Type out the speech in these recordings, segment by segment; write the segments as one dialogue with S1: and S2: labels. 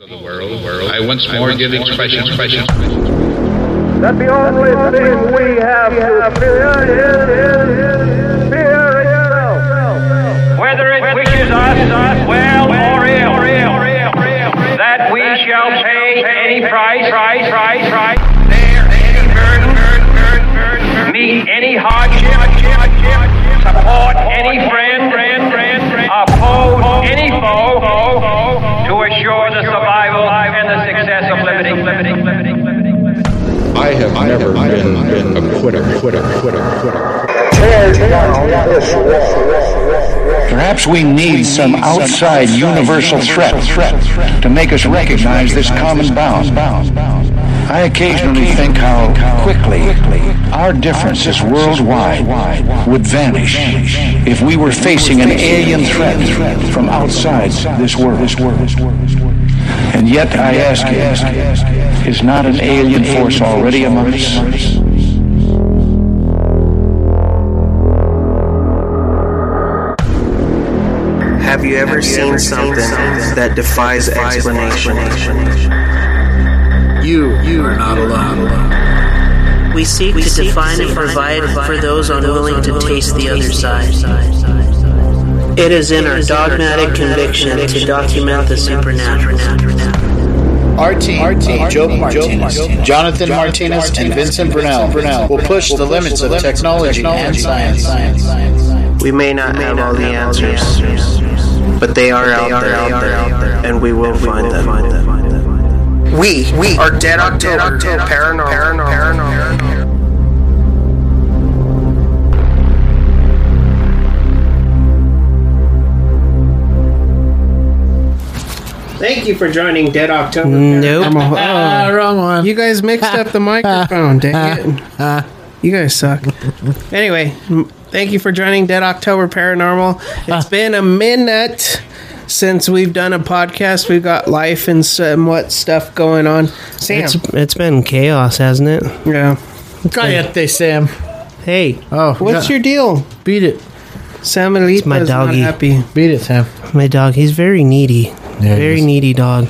S1: of the world, world. I once more give expression, expression, expression.
S2: that the only thing we have to fear is, is fear itself.
S3: whether it wishes us well or ill, that we shall pay any price, price, price, price, bear any burden, burden, burden, burden, meet any hardship, support any friend, friend, friend, friend, oppose any foe, foe, foe, to assure the survival and the success of liberty, liberty, liberty, liberty, liberty.
S4: I have never been, a quitter, quitter, quitter, quitter.
S5: Perhaps we need some outside universal threat to make us recognize this common bound. I occasionally think how quickly our differences worldwide would vanish if we were facing an alien threat from outside this world. And yet, I ask you, is not an alien force already among us?
S6: Have you ever seen something that defies explanation?
S7: You, you are not alone.
S8: We seek to define and provide for those unwilling to taste the other side. It is in our dogmatic conviction to document the supernatural.
S7: Our team, uh, Joe, Martinez, Jonathan Martinez, and Vincent Brunel, will push the limits of technology, and science.
S6: We may not have all the answers, but they are out there, and we will find them. We, we are Dead October, paranormal. paranormal.
S9: Thank you for joining Dead October.
S10: Nope.
S9: wrong one.
S10: You guys mixed up the microphone, dang it. You guys suck. Anyway, m- thank you for joining Dead October Paranormal.
S7: Ah.
S10: It's been a minute since we've done a podcast. We've got life and somewhat stuff going on. Sam.
S9: It's, it's been chaos, hasn't it?
S10: yeah.
S9: Quiet
S10: they, Sam.
S9: Hey,
S7: Oh,
S10: What's your deal?
S7: beat it,
S10: Sam Elite
S9: my
S10: is not
S9: doggy.
S10: happy.
S7: beat it, Sam?
S9: my dog, he's very needy.
S11: Yeah,
S9: very
S11: he's-
S9: needy dog.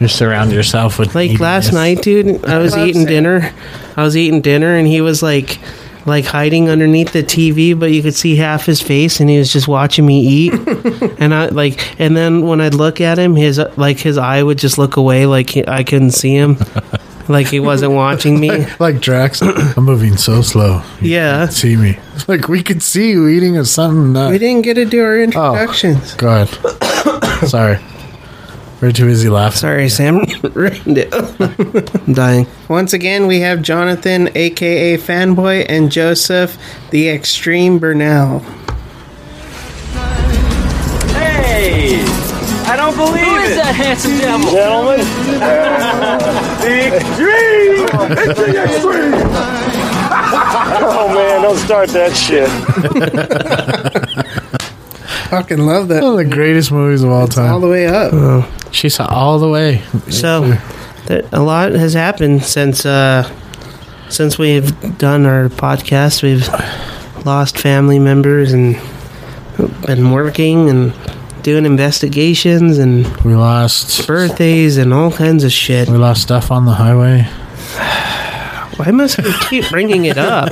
S11: Just surround yourself with
S9: Like last
S11: neediness.
S9: night, dude, I was
S10: Love
S9: eating
S10: Sam.
S9: dinner. I was eating dinner and he was like like hiding underneath the TV, but you could see half his face and he was just watching me eat. and I like and then when I'd look at him, his like his eye would just look away like he, I couldn't see him. like he wasn't watching me.
S11: Like Drax, I'm moving so slow. You
S9: Yeah.
S11: can't see me. Like we could see you eating or something. Not,
S10: We didn't get to do our introductions.
S11: God, Oh, sorry. We're too busy laughing.
S9: Sorry, Sam. I'm dying.
S10: Once again, we have Jonathan, aka Fanboy, and Joseph, the Extreme Burnell. Fucking love that.
S11: One of the greatest movies of all
S10: All
S11: time.
S10: the way up.
S11: she saw all the way.
S9: So, th- a lot has happened since uh, since we've done our podcast. We've lost family members and been working and doing investigations and
S11: we lost.
S9: birthdays and all kinds of shit.
S11: We lost stuff on the highway.
S9: Why must we keep bringing it up?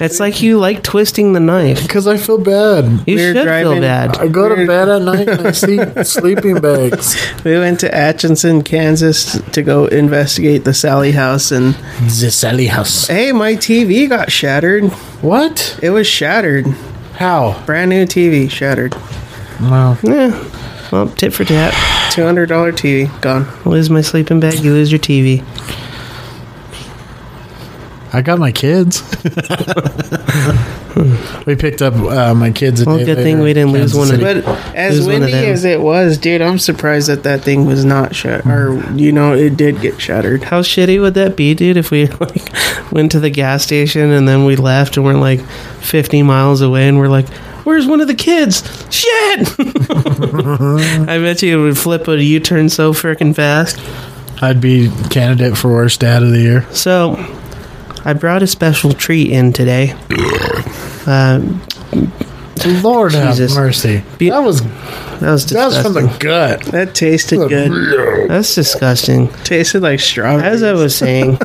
S9: It's like you like twisting the knife.
S11: Because I feel bad.
S9: You
S10: We're
S9: should
S10: driving-
S9: feel bad.
S11: I go to bed at night and I see sleeping bags.
S10: We went to Atchison, Kansas to go investigate the Sally house and
S11: The Sally house.
S10: hey, my TV got shattered.
S11: What?
S10: It was shattered.
S11: How?
S10: Brand new TV shattered.
S11: Wow.
S9: Yeah. Well, tit for tat.
S10: $200 TV gone.
S9: Lose my sleeping bag, you lose your TV.
S11: I got my kids. we picked up uh, my kids. A
S9: Well,
S11: day
S9: good thing
S11: later
S9: we
S11: in
S9: didn't lose
S11: Kansas
S9: one of
S11: City.
S10: But as
S9: Who's one of
S10: windy
S9: them?
S10: as it was, dude, I'm surprised that that thing was not shut or you know, it did get shattered.
S9: How shitty would that be, dude, if we like went to the gas station and then we left and we're like 50 miles away and we're like, where's one of the kids? Shit! I bet you it would flip a U turn so freaking fast.
S11: I'd be candidate for worst dad of the year.
S9: So, I brought a special treat in today. Uh,
S11: Lord have mercy. that was
S9: that was
S11: that was from the
S9: disgusting.
S11: gut.
S10: That tasted good.
S9: That's disgusting.
S10: Tasted like strawberry.
S9: As I was saying,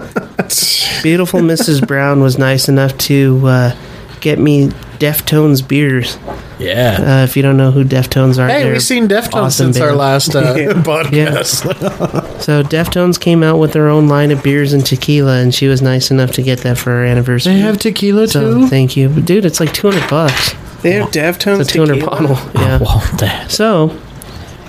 S9: beautiful Mrs. Brown was nice enough to uh, get me Deftones beers.
S11: Yeah.
S9: Uh, if you don't know who Deftones are,
S11: Hey,
S9: they're
S11: we've seen Deftones
S9: awesome
S11: since our
S9: band.
S11: last uh, podcast.
S9: So Deftones came out with their own line of beers and tequila, and she was nice enough to get that for her anniversary.
S11: They have tequila
S9: so
S11: too.
S9: thank you, but dude. It's like two hundred bucks.
S10: They have Deftones
S9: It's a two hundred
S10: tequila?
S9: bottle. Yeah.
S11: Oh, Well, that.
S9: So,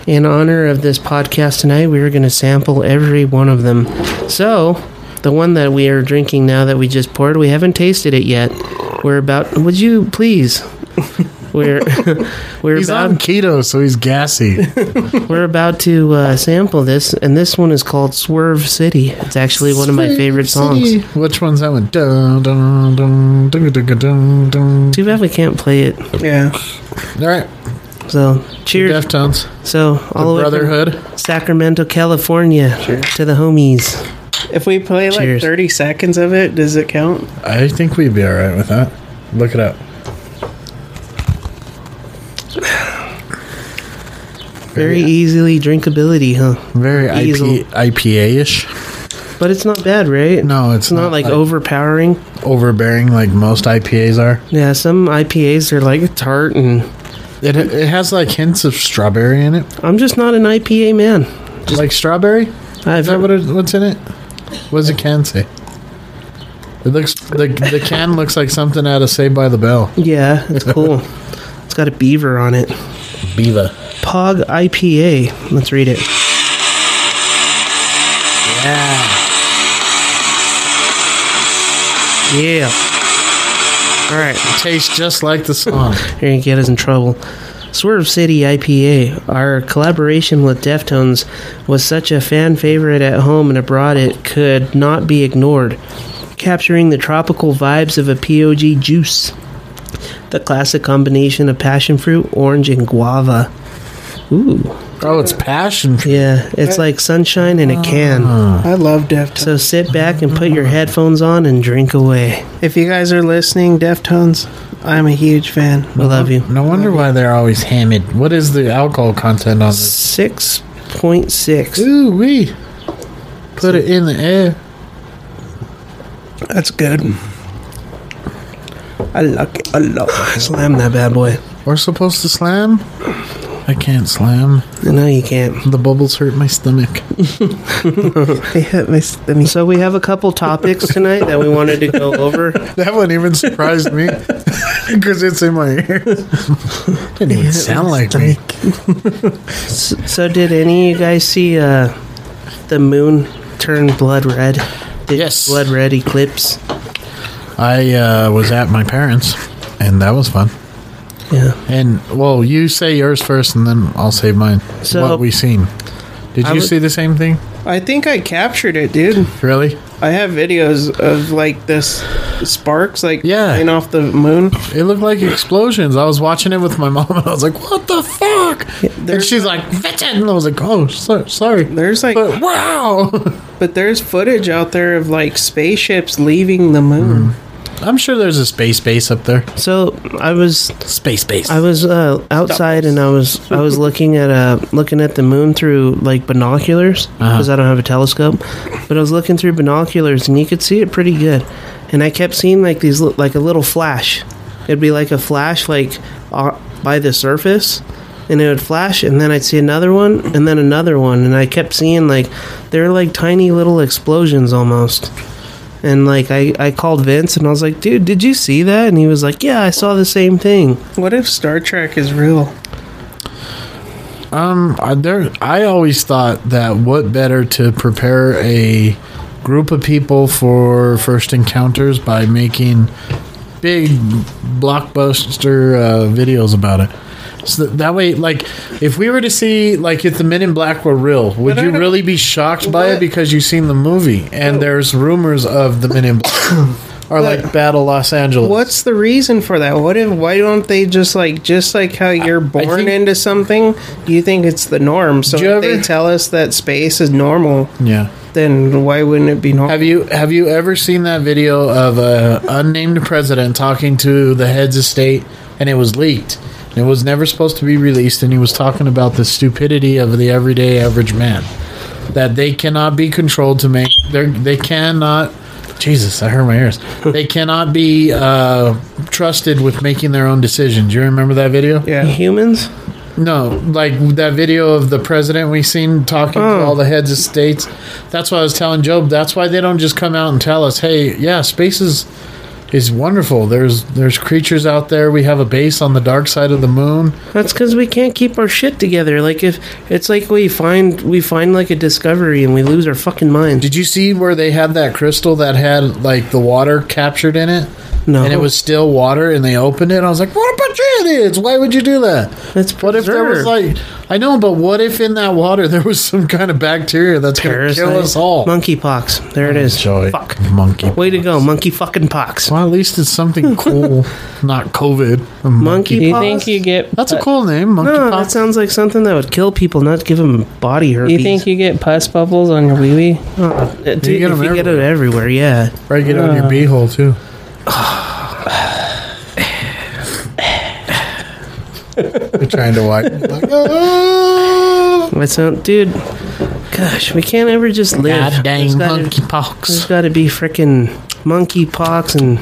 S9: in honor of this podcast tonight, we are going to sample every one of them. So, the one that we are drinking now that we just poured, we haven't tasted it yet. We're about. Would you please? We're we're
S11: He's
S9: about
S11: on keto, so he's gassy.
S9: we're about to uh, sample this, and this one is called Swerve City. It's actually one of my favorite songs.
S11: Which one's that one? Dun, dun, dun, dun, dun, dun, dun.
S9: Too bad we can't play it.
S10: Yeah.
S11: All right,
S9: So cheers.
S11: Deftones,
S9: So all the way from
S11: Brotherhood.
S9: Sacramento, California, to the homies.
S10: If we play like
S9: Cheers.
S10: 30 seconds of it, does it count?
S11: I think we'd be all right with that. Look it up.
S9: Very easily drinkability, huh?
S11: Very
S9: Easel.
S11: IP, IPA-ish,
S9: But it's not bad, right?
S11: No, it's
S9: it's not,
S11: not,
S9: like,
S11: like-
S9: overpowering.
S11: overbearing like most IPAs are.
S9: Yeah, some IPAs are like tart, and
S11: It, it has like hints of strawberry in it,
S9: I'm just not an IPA man.
S11: like strawberry.
S9: I've
S11: Is that what it, what's in it? What does the can say? It looks the the can looks like something out of Saved by the Bell.
S9: yeah, it's cool. it's got a beaver on it.
S11: Beaver.
S9: Pog IPA. Let's read it.
S11: Yeah.
S9: Yeah. All right.
S11: Tastes just like the song.
S9: You're gonna get us in trouble. Swerve City IPA. Our collaboration with Deftones was such a fan favorite at home and abroad it could not be ignored, capturing the tropical vibes of a POG juice. The classic combination of passion fruit, orange, and guava. Ooh,
S11: oh, it's passion. fruit.
S9: yeah, it's like sunshine in a can.
S10: I love Deftones.
S9: So sit back and put your headphones on and drink away.
S10: If you guys are listening, Deftones, I'm a huge fan.
S9: We love you.
S11: No wonder why they're always hammered. What is the alcohol content on this?
S9: 6.6.
S11: Ooh wee. Put it in the air.
S9: That's good. I like it a lot. Slam that bad boy.
S11: We're supposed to slam. I can't slam.
S9: No, you can't.
S11: The bubbles hurt my stomach.
S10: They hit my stomach.
S9: So we have a couple topics tonight that we wanted to go over.
S11: That one even surprised me because it's in my ear. Didn't even sound like me.
S9: So did any of you guys see uh, the moon turn blood red? The
S11: Yes.
S9: Blood red eclipse.
S11: I uh, was at my parents, and that was fun.
S9: Yeah.
S11: And well, you say yours first, and then I'll say mine.
S9: So-
S11: what we seen? Did
S9: I
S11: you
S9: was-
S11: see the same thing?
S10: I think I captured it, dude.
S11: Really?
S10: I have videos of like this sparks, like
S11: Yeah.
S10: flying off the moon.
S11: It looked like explosions. I was watching it with my mom, and I was like, "What the fuck?" and
S10: there's-
S11: she's like, "Fitting," and I was like, "Oh, so, sorry."
S10: There's like,
S11: But
S10: but,
S11: wow,
S10: there's footage out there of like spaceships leaving the moon.
S11: Mm. I'm sure there's a space base up there.
S9: So I was
S11: Space base.
S9: I was uh, outside and I was I was looking at uh looking at the moon through like binoculars because I don't have a telescope, but I was looking through binoculars and you could see it pretty good, and I kept seeing like these li- like a little flash. It'd be like a flash like uh, by the surface, and it would flash, and then I'd see another one, and then another one, and I kept seeing like they were like tiny little explosions almost. And like I, I called Vince and I was like, dude, did you see that? And he was like, yeah, I saw the same thing.
S10: What if Star Trek is real?
S11: Um, I- there. I always thought that what better to prepare a group of people for first encounters by making big blockbuster uh, videos about it. So that, that way, like, if we were to see, like, if the Men in Black were real, would
S10: But I
S11: you
S10: don't-
S11: really be shocked by it
S10: But-
S11: because you've seen the movie and there's rumors of the Men in Black or like Battle Los Angeles?
S10: What's the reason for that? What if? Why don't they just like just like how you're born
S11: think-
S10: into something? You think it's the norm. So
S11: Do you
S10: if they
S11: ever-
S10: tell us that space is normal,
S11: yeah?
S10: then why wouldn't it be normal?
S11: Have you have you ever seen that video of a unnamed president talking to the heads of state and it was leaked. And it was never supposed to be released, and he was talking about the stupidity of the everyday average man. That they cannot be controlled to make. They they cannot. Jesus, I hurt my ears. They cannot be uh, trusted with making their own decisions. You remember that video?
S9: Yeah. Humans?
S11: No, like that video of the president we seen talking
S9: Oh.
S11: to all the heads of states. That's why I was telling Job. That's why they don't just come out and tell us, "Hey, yeah, space is is wonderful. There's there's creatures out there. We have a base on the dark side of the moon."
S9: That's because we can't keep our shit together. Like if it's like we find we find like a discovery and we lose our fucking mind.
S11: Did you see where they had that crystal that had like the water captured in it?
S9: No.
S11: And it was still water, and they opened it. And I was like, "What about idiots? Why would you do that?"
S9: That's
S11: what if there was like I know, but what if in that water there was some kind of bacteria that's going to kill us all?
S9: Monkeypox. There it is.
S11: Enjoy.
S9: Fuck.
S11: Monkey.
S9: Way to go, monkey fucking pox.
S11: Well, at least it's something cool, not COVID.
S9: Monkey
S11: Monkey.
S9: pox.
S12: You think you get?
S11: That's a cool name, monkey
S9: No, that
S11: pox.
S9: sounds like something that would kill people, not give them body herpes.
S12: You think you get pus bubbles on your wee wee?
S9: Uh, dude,
S11: You get
S9: if
S11: 'em
S9: you get it everywhere, yeah.
S11: Right, get it on your
S9: Uh.
S11: beehole too. You're trying to wipe. Like, oh.
S9: That's not, dude. Gosh, we can't ever just live.
S11: God dang
S9: There's gotta- There's
S11: monkeypox.
S9: got to be freaking monkeypox and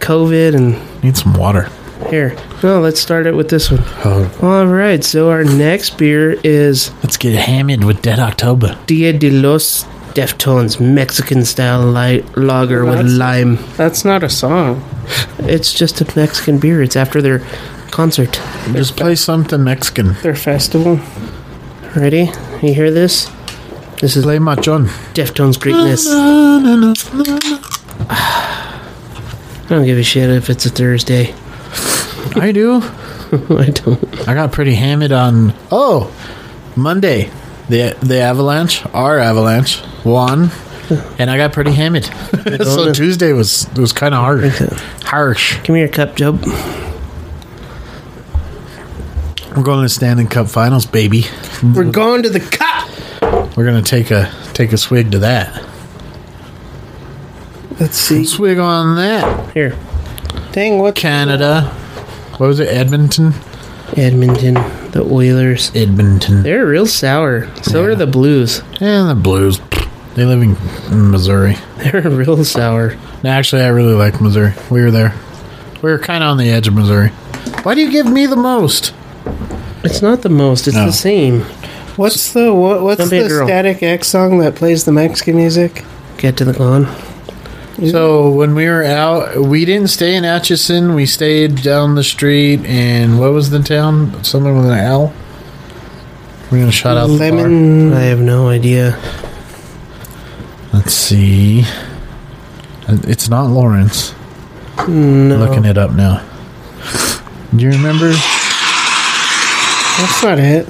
S9: COVID and
S11: Need some water.
S9: Here, no, let's start it with this one.
S11: Oh.
S9: All right, so our next beer is
S11: Let's get hammered with Dead October.
S9: Dia de los Deftones Mexican style li- lager with
S12: That's-
S9: lime.
S12: That's not a song.
S9: It's just a Mexican beer. It's after their concert.
S11: Just play something Mexican.
S12: Their festival.
S9: Ready? You hear this? This is
S11: Play machon.
S9: Deftones greatness. I don't give a shit if it's a Thursday.
S11: I do.
S9: I don't.
S11: I got pretty hammered on. Oh, Monday, the the Avalanche, our Avalanche won, and I got pretty hammered. so Tuesday was was kind of hard, harsh.
S9: Give me your cup, Job.
S11: We're going to the Stanley Cup Finals, baby.
S10: We're going to the cup.
S11: We're gonna take a take a swig to that.
S10: Let's see.
S11: Swig on that,
S9: Here,
S10: Dang, what?
S11: Canada. What was it, Edmonton?
S9: Edmonton, the Oilers.
S11: Edmonton
S9: They're real sour. So are the Blues.
S11: and the Blues. They live in in Missouri.
S9: They're real sour.
S11: No, actually, I really like Missouri. We were there. We were kind of on the edge of Missouri. Why do you give me the most?
S9: It's not the most. It's
S11: No.
S9: the same.
S10: What's the what, what's
S9: Don't be a
S10: the
S9: girl.
S10: Static X song that plays the Mexican music?
S9: Get to the con.
S11: So when we were out, we didn't stay in Atchison. We stayed down the street in what was the town? Someone with an L. We're gonna shout out the bar.
S10: Lemon.
S9: I have no idea.
S11: Let's see. Uh, It's not Lawrence.
S9: No.
S11: Looking it up now. Do you remember?
S10: That's not it.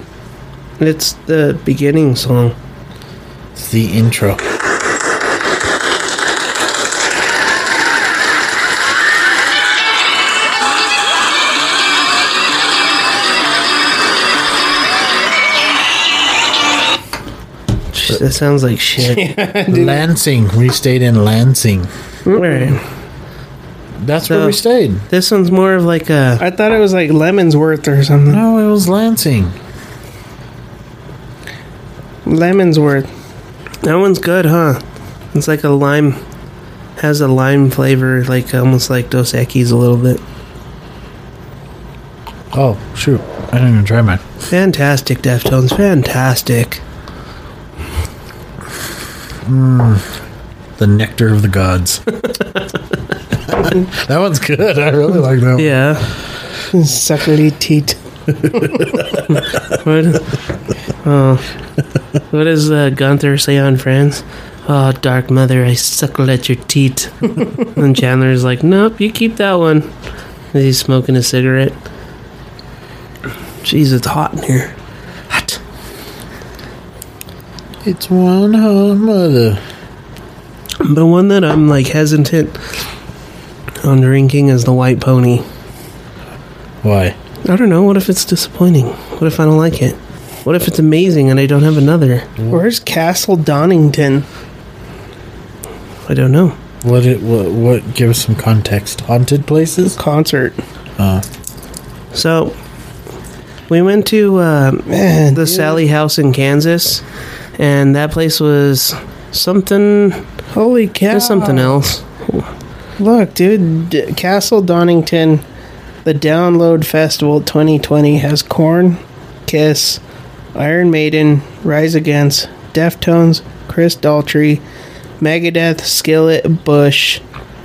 S9: It's the beginning song.
S11: It's the intro.
S9: Jeez, that sounds like shit.
S11: Lansing. We stayed in Lansing.
S9: All right.
S11: That's
S9: So-
S11: where we stayed.
S9: This one's more of like a.
S10: I thought it was like Lemonsworth or something.
S11: No, it was Lansing.
S10: Lemonsworth.
S9: That one's good, huh? It's like a lime. Has a lime flavor, like almost like Dos Equis a little bit.
S11: Oh shoot! I didn't even try mine.
S9: Fantastic, Deftones. Fantastic.
S11: The nectar of the gods. that one's good. I really like that. One.
S9: Yeah.
S10: Suckly teat.
S9: What, oh. what does uh, Gunther say on Friends? Oh, Dark Mother, I suckle at your teat. and Chandler's like, nope, you keep that one. And he's smoking a cigarette. Jeez, it's hot in here. Hot.
S11: It's one hot mother.
S9: The one that I'm like hesitant on drinking is the White Pony.
S11: Why?
S9: I don't know. What if it's disappointing? What if I don't like it? What if it's amazing and I don't have another?
S10: Where's Castle Donington?
S9: I don't know.
S11: What? It, what? What? Give us some context. Haunted places.
S10: Concert.
S9: Uh. So we went to uh, the Sally House in Kansas, and that place was something.
S10: Holy cow!
S9: something else.
S10: Look, dude, D- Castle Donington, the Download Festival 2020 has Corn, Kiss, Iron Maiden, Rise Against, Deftones, Chris Daltrey, Megadeth, Skillet, Bush,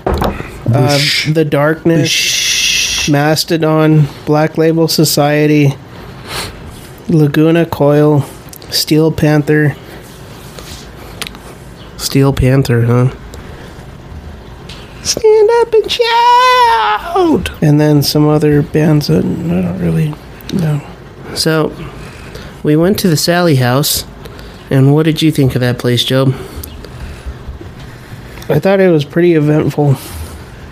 S10: uh, The Darkness, Mastodon, Black Label Society, Laguna Coil, Steel Panther.
S9: Steel Panther, huh?
S10: Stand up and shout! And then some other bands that I don't really know.
S9: So we went to the Sally House, and what did you think of that place, Job?
S10: I thought it was pretty eventful.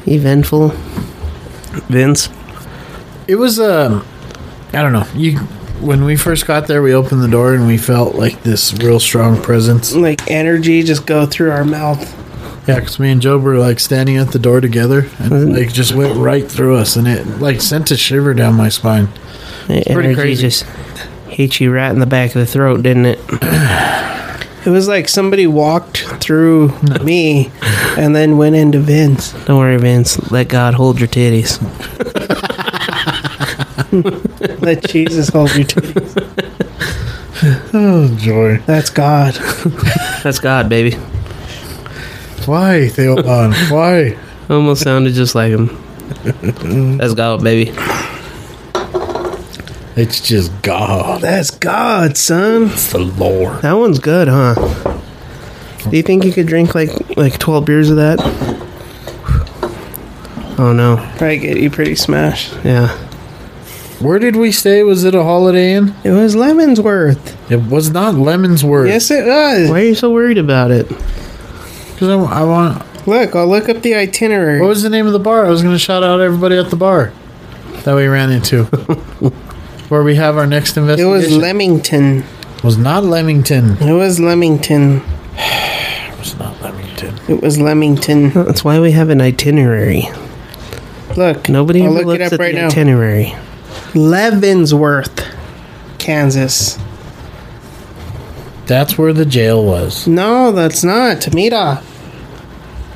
S9: Eventful. Vince.
S11: It was um, I don't know. You when we first got there, we opened the door and we felt like this real strong presence,
S10: like energy just go through our mouth.
S11: Yeah, because me and Job were like standing at the door together, and like just went right through us, and it like sent a shiver down my spine.
S9: It's
S11: pretty
S9: Energy
S11: crazy.
S9: just hit you right in the back of the throat, didn't it?
S10: It was like somebody walked through me and then went into Vince.
S9: Don't worry, Vince. Let God hold your titties.
S10: Let Jesus hold your titties.
S11: Oh joy!
S10: That's God.
S9: That's God, baby.
S11: Why, Theobon? Why?
S9: Almost sounded just like him. That's God, baby.
S11: It's just God.
S10: Oh, That's God, son.
S11: It's the Lord.
S9: That one's good, huh? Do you think you could drink like like twelve beers of that? Oh no.
S10: Probably get you pretty smashed.
S9: Yeah.
S11: Where did we stay? Was it a Holiday Inn?
S10: It was Lemonsworth.
S11: It was not Lemonsworth.
S10: Yes, it was.
S9: Why are you so worried about it?
S11: because I, I want.
S10: Look, I'll look up the itinerary.
S11: What was the name of the bar? I was going to shout out everybody at the bar that we ran into, where we have our next
S10: It was
S11: investigation.
S10: Lemington.
S11: was not Lemington.
S10: It was Lemington.
S11: It was not Lemington.
S10: It was Lemington.
S9: That's why we have an itinerary.
S10: Look,
S9: Nobody
S10: I'll
S9: ever
S10: look it
S9: looks
S10: up
S9: at
S10: right
S9: the
S10: now.
S9: itinerary.
S10: Leavenworth, Kansas.
S11: That's where the jail was.
S10: No, that's not Tamita.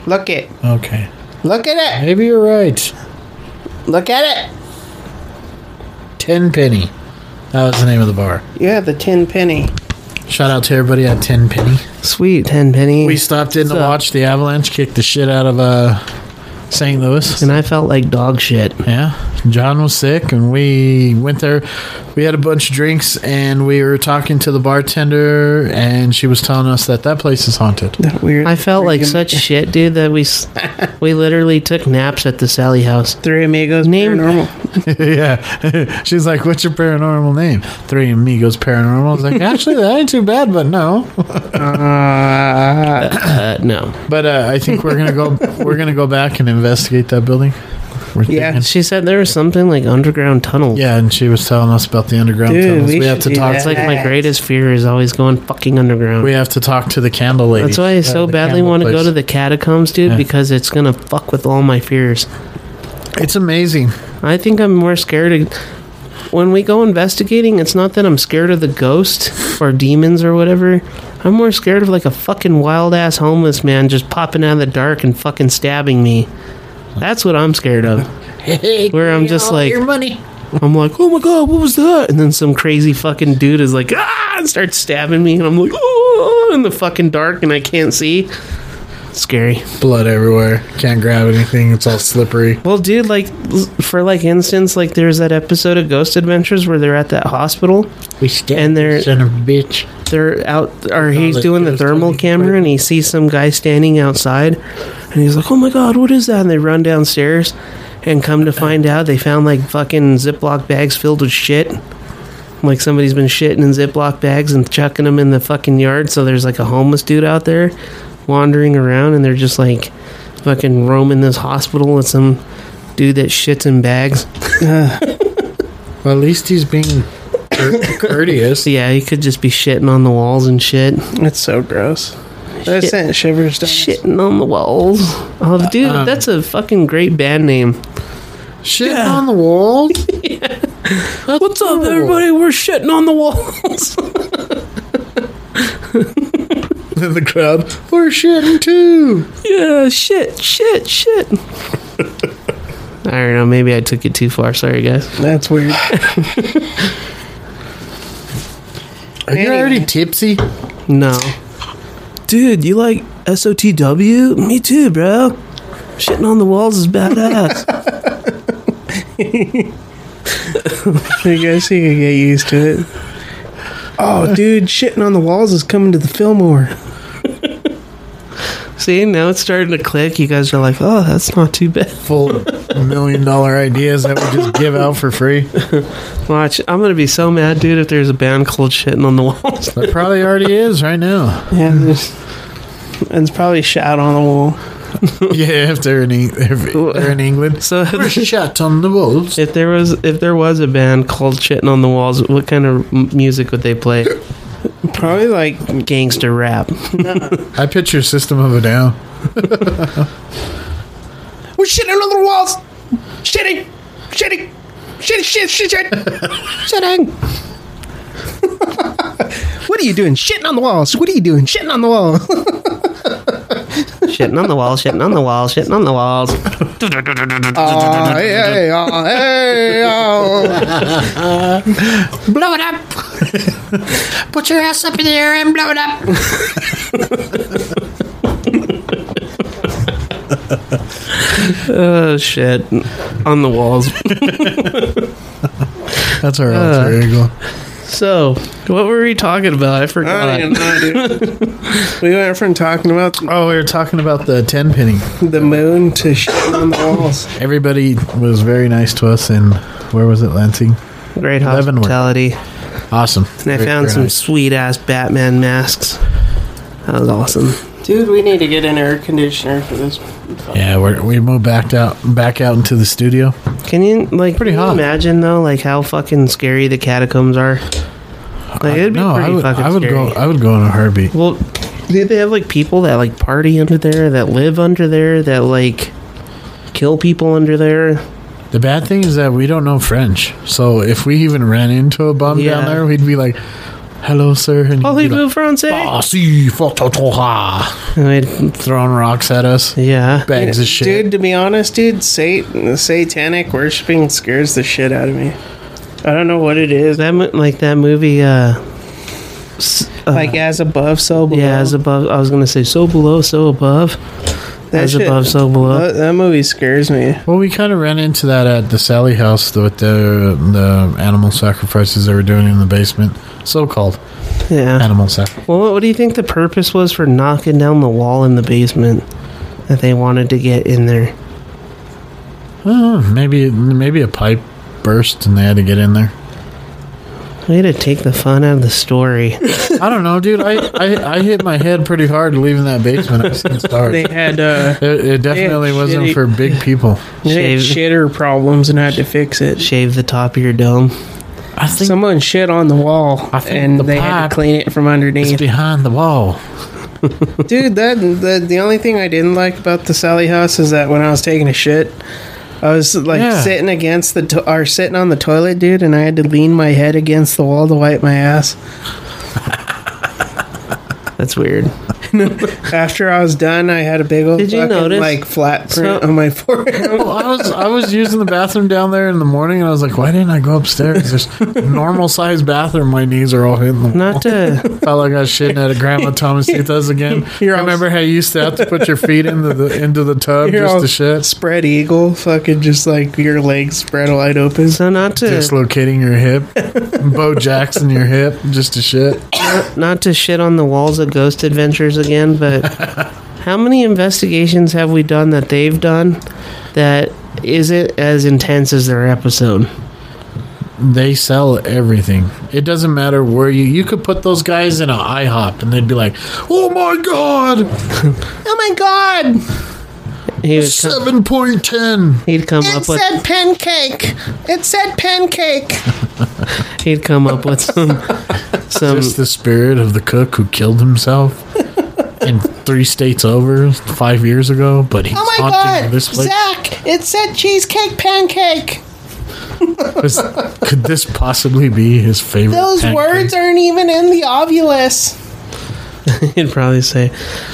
S10: Look it.
S11: Okay.
S10: Look at it.
S11: Maybe you're right.
S10: Look at it.
S11: Tenpenny. That was the name of the bar.
S10: Yeah, the tin penny.
S11: Shout out to everybody at Tenpenny.
S9: Sweet tenpenny.
S11: We stopped in to
S9: What's up?
S11: watch the Avalanche kick the shit out of uh, St. Louis.
S9: and I felt like dog shit.
S11: Yeah, John was sick, and we went there. We had a bunch of drinks, and we were talking to the bartender, and she was telling us that that place is haunted.
S10: That weird.
S9: I felt like such shit, dude, that we s- we literally took naps at the Sally house.
S10: Three amigos.
S9: Name-
S10: paranormal.
S11: yeah, she's like, "What's your paranormal name?" Three Amigos Paranormal. I was like, "Actually, that ain't too bad, but no."
S10: Uh,
S9: Uh, no.
S11: But uh, I think we're gonna go. We're gonna go back and investigate that building. We're
S10: Yeah.
S11: thinking-
S9: She said there was something like underground tunnel.
S11: yeah, and she was telling us about the underground
S10: Dude,
S11: tunnels.
S10: we
S11: We, have
S10: should
S11: to
S10: do
S11: talk.
S10: that.
S9: It's like my greatest fear is always going fucking underground.
S11: We have to talk to the candle lady.
S9: That's why I
S11: Uh,
S9: so
S11: the
S9: badly
S11: candle
S9: want to go
S11: place.
S9: to the catacombs, dude,
S11: Yeah.
S9: because it's gonna fuck with all my fears.
S11: It's amazing.
S9: I think I'm more scared of. When we go investigating, it's not that I'm scared of the ghost or demons or whatever. I'm more scared of like a fucking wild ass homeless man just popping out of the dark and fucking stabbing me. That's what I'm scared of. Where I'm just like, I'm like, oh my god, what was that? And then some crazy fucking dude is like, ah, and starts stabbing me, and I'm like, oh, in the fucking dark, and I can't see. Scary.
S11: blood everywhere. Can't grab anything. It's all slippery.
S9: Well, dude, like l- for like instance, like there's that episode of Ghost Adventures where they're at that hospital,
S11: We stabbed
S9: And they're-
S11: son of a bitch.
S9: they're out, or he's
S11: like
S9: doing the
S11: ghost
S9: thermal
S11: hunting.
S9: camera, and he sees some guy standing outside, and he's like, "Oh my god, what is that?" And they run downstairs, and come to find out, they found like fucking Ziploc bags filled with shit. Like somebody's been shitting in Ziploc bags and chucking them in the fucking yard, so there's like a homeless dude out there wandering around, and they're just like fucking roaming this hospital with some dude that shits in bags.
S11: Well, at least he's being cour- courteous.
S9: Yeah, he could just be shitting on the walls and shit.
S10: that's so gross. That
S9: Shit.
S10: sent shivers down.
S9: Shitting on the walls. Oh, dude, that's a fucking great band name.
S11: Shit on the wall.
S9: What's up, everybody? We're shitting on the walls.
S11: in the crowd. We're shitting too.
S9: Yeah, shit, shit, shit. I don't know. Maybe I took it too far. Sorry, guys.
S10: That's weird.
S11: Are you already tipsy?
S9: No. Dude, you like SOTW? Me too, bro. Shitting on the walls is badass.
S10: I guess you could get used to it. Oh, dude, shitting on the walls is coming to the Fillmore.
S9: See, now it's starting to click. You guys are like, oh, that's not too bad.
S11: Full million dollar ideas that we just give out for free.
S9: Watch, I'm going to be so mad, dude, if there's a band called Shitting on the Walls.
S11: That probably already is right now.
S10: Yeah, there's- and it's probably shot on the wall.
S11: Yeah, if they're in Eng- if they're in England.
S9: So
S11: We're shut on the walls.
S9: If there was if there was a band called Shitting on the Walls, what kind of m- music would they play?
S10: Probably like
S9: Gangster rap.
S11: I picture System of a Down.
S10: we're shitting on the walls, shitting, shitting, shitting, shit, shit, shit, shitting. what are you doing? Shitting on the walls. What are you doing? Shitting on the wall.
S9: shitting on the walls, shitting on the walls, shitting on the walls.
S10: Aw, Ah, hey, hey, aw, hey, ah. aw.
S11: Blow it up. Put your ass up in the air and blow it up.
S9: Oh shit. On the walls.
S11: That's our alter ego.
S9: So, what were we talking about? I
S10: I
S9: forgot.
S10: don't even know, dude. we went from talking about
S11: Oh, we were talking about the ten penny.
S10: the moon to shitting on the walls.
S11: Everybody was very nice to us in where was it, Lansing?
S9: Great
S11: Leavenworth.
S9: hospitality.
S11: Awesome.
S9: And I
S11: Very-
S9: found
S11: very
S9: some
S11: nice.
S9: sweet ass Batman masks. That was awesome.
S12: Dude, we need to get an air conditioner for this.
S11: Yeah, we're, we moved back out back out into the studio.
S9: Can you like
S11: Pretty
S9: can you
S11: hot.
S9: imagine though like how fucking scary the catacombs are? Like it'd be
S11: no,
S9: pretty
S11: I would,
S9: fucking
S11: I would
S9: scary.
S11: go. I would go in a heartbeat.
S9: Well, do they have like people that like party under there, that live under there, that like kill people under there?
S11: The bad thing is that we don't know French, so if we even ran into a bum down
S9: Yeah.
S11: there, we'd be like, "Hello, sir." And
S9: Oh,
S11: he'd
S9: they
S11: be like,
S9: move Francais.
S11: "Ah, si, fa-ta-ta-ha," throwing rocks at us,
S9: yeah,
S11: bags of shit.
S10: Dude, to be honest, dude, Satan, satanic worshiping scares the shit out of me. I don't know what it is.
S9: that mo- like that movie. Uh, s- uh,
S10: like as above, so below.
S9: yeah, as above. I was gonna say so below, so above.
S10: That
S9: as
S10: shit-
S9: above, so below.
S10: That, that movie scares me.
S11: Well, we kind of ran into that at the Sally house th- with the the animal sacrifices they were doing in the basement, so called
S9: yeah.
S11: animal sacrifice.
S9: Well, what do you think the purpose was for knocking down the wall in the basement that they wanted to get in there?
S11: maybe maybe a pipe burst and they had to get in there.
S9: Way to take the fun out of the story.
S11: I don't know, dude. I, I, I hit my head pretty hard leaving that basement. I've seen stars.
S10: They had uh,
S11: It, it definitely wasn't
S10: shitty-
S11: for big people.
S10: they had
S9: Shave.
S10: shitter problems and had to fix it.
S9: Shave the top of your dome.
S11: I think
S10: Someone shit on the wall,
S11: I think
S10: and
S11: the
S10: they had
S11: pipe
S10: to clean it from
S11: it's
S10: underneath.
S11: behind the wall.
S10: Dude, that the, the only thing I didn't like about the Sally House is that when I was taking a shit, I was like
S11: Yeah.
S10: sitting against the to- or sitting on the toilet, dude, and I had to lean my head against the wall to wipe my ass.
S9: That's weird.
S10: After I was done, I had a big old
S9: Did you
S10: fucking,
S9: notice-
S10: like flat print
S9: So-
S10: on my forehead.
S11: Well, I was I was using the bathroom down there in the morning, and I was like, why didn't I go upstairs? There's a normal sized bathroom. My knees are all hitting the wall.
S9: Not
S10: uh,
S9: to
S11: Felt like I was shitting at a Grandma Thomas Tita's again. I remember how you used to have to put your feet into the into the tub
S10: You're
S11: just
S10: all
S11: to shit,
S10: Spread eagle, fucking just like your legs spread wide open.
S9: so not to
S11: dislocating your hip, Bo Jackson your hip just to shit.
S9: not to shit on the walls of Ghost Adventures again, but how many investigations have we done that they've done that isn't as intense as their episode?
S11: They sell everything. It doesn't matter where you. You could put those guys in an IHOP, and they'd be like, "Oh my god,
S9: Oh my god! He would come,
S11: seven point ten.
S9: he'd come up with
S10: pancake. It said pancake.
S9: he'd come up with some some
S11: Just the spirit of the cook who killed himself in three states over five years ago, but he's haunting this place.
S10: Zach! It said cheesecake pancake.
S11: Was- could this possibly be his favorite?
S10: Those
S11: pancake?
S10: words aren't even in the ovulus.
S9: He'd probably say,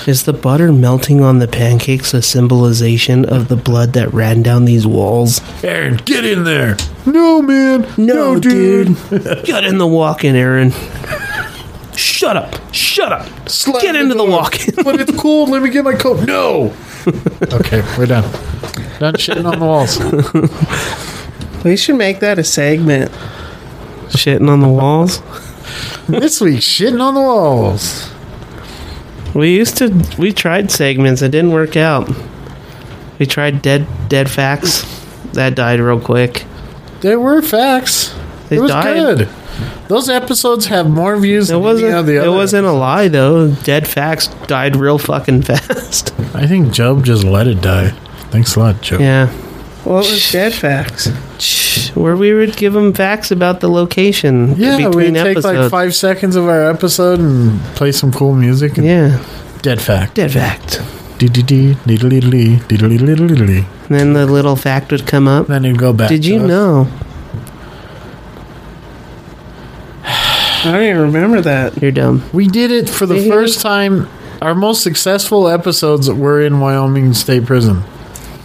S9: "Is the butter melting on the pancakes a symbolization of the blood that ran down these walls?"
S11: Aaron, get in there. No, man. No, dude.
S9: Get in the walk-in, Aaron. Shut up! Shut up! Get into the walk-in.
S11: but it's cold. Let me get my coat. No. okay, we're done. Done shitting on the walls.
S10: We should make that a segment.
S9: Shitting on the walls.
S11: this week, shitting on the walls.
S9: We used to. We tried segments. It didn't work out. We tried dead dead facts. That died real quick.
S11: There were facts.
S9: They
S11: it was
S9: died.
S11: good. Those episodes have more views
S9: It
S11: than
S9: wasn't.
S11: any of the
S9: It
S11: other.
S9: wasn't a lie though. Dead facts died real fucking fast.
S11: I think Job just let it die. Thanks a lot, Job.
S9: Yeah.
S10: What was dead facts?
S9: Where we would give them facts about the location.
S11: Yeah, we
S9: between
S11: take like
S9: episodes.
S11: five seconds of our episode and play some cool music. And
S9: Yeah.
S11: Dead fact.
S9: Dead fact.
S11: Dee dee dee dee dee dee dee dee dee dee dee dee.
S9: And then the little fact would come up.
S11: Then he'd go back.
S9: Did
S11: to
S9: you
S11: us.
S9: know
S10: I don't even remember that.
S9: you're dumb?
S11: We did it for the first time. Our most successful episodes were in Wyoming State Prison,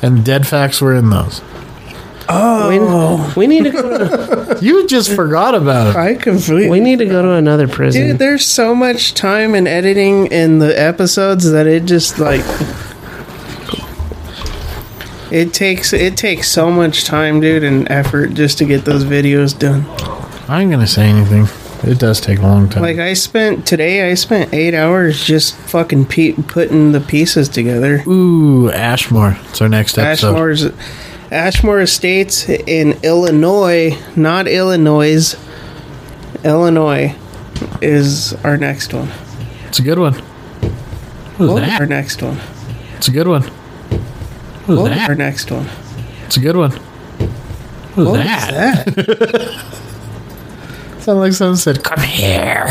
S11: and dead facts were in those.
S9: Oh, we, we need to go. To,
S11: You just forgot about it.
S10: I completely.
S9: we need to go to another prison.
S10: Dude, there's so much time and editing in the episodes that it just like it takes it takes so much time, dude, and effort just to get those videos done.
S11: I ain't gonna say anything. It does take a long time.
S10: Like I spent today, I spent eight hours just fucking pe- putting the pieces together.
S11: Ooh, Ashmore. It's our next episode.
S10: Ashmore's Ashmore Estates in Illinois, not Illinois. Illinois is our next one.
S11: It's a good one. What was
S10: What was
S11: that?
S10: our next one?
S11: It's a good one. What was
S10: What was our
S11: that?
S10: next one?
S11: It's a good one. What was
S10: What was
S11: that?
S10: that?
S11: Sounded like someone said, "Come here."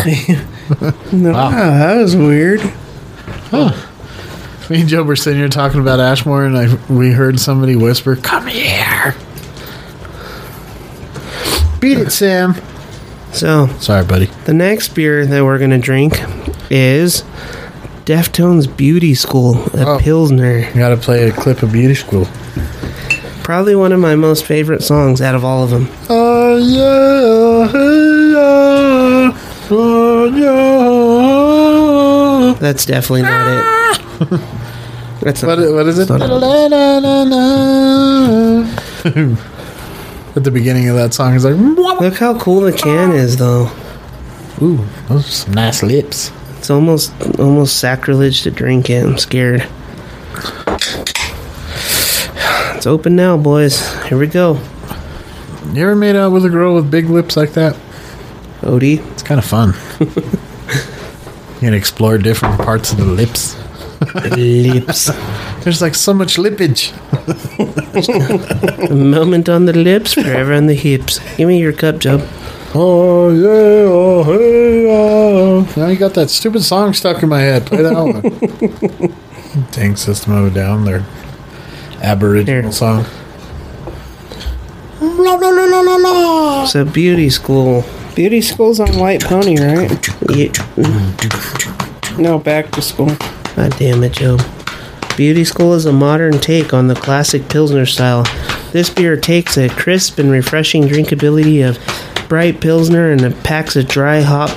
S10: No,
S11: Wow.
S10: that was weird.
S11: Me and Joe were sitting here talking about Ashmore, and I, we heard somebody whisper, "Come here." Beat it, Sam.
S9: so
S11: Sorry, buddy.
S9: the next beer that we're gonna drink is Deftones Beauty School, a
S11: Oh.
S9: pilsner.
S11: You gotta play a clip of Beauty School.
S9: Probably one of my most favorite songs out of all of them.
S11: Oh yeah, hey, yeah, oh, yeah.
S9: That's definitely not it. That's not
S11: What,
S9: it.
S11: what is it?
S9: It's not it.
S11: At the beginning of that song, it's like, "Mwah."
S9: Look how cool the can is, though.
S11: ooh, those are some nice lips.
S9: It's almost almost sacrilege to drink it. I'm scared. It's open now, boys. Here we go.
S11: You ever made out with a girl with big lips like that?
S9: Odie,
S11: It's kind of fun. you can explore different parts of the lips.
S9: lips.
S11: There's like so much lippage.
S9: A moment on the lips, forever on the hips. Give me your cup, Job.
S11: Oh yeah, oh hey, oh. Now you got that stupid song stuck in my head. Play that one. Tank System of a Down, their Aboriginal
S9: Here.
S11: song. La, la, la, la, la, la.
S9: So beauty school.
S10: Beauty school's on White Pony, right?
S9: Ye-
S10: No, back to school.
S9: God damn it, Job. Beauty School is a modern take on the classic Pilsner style. This beer takes a crisp and refreshing drinkability of bright Pilsner and packs a dry hop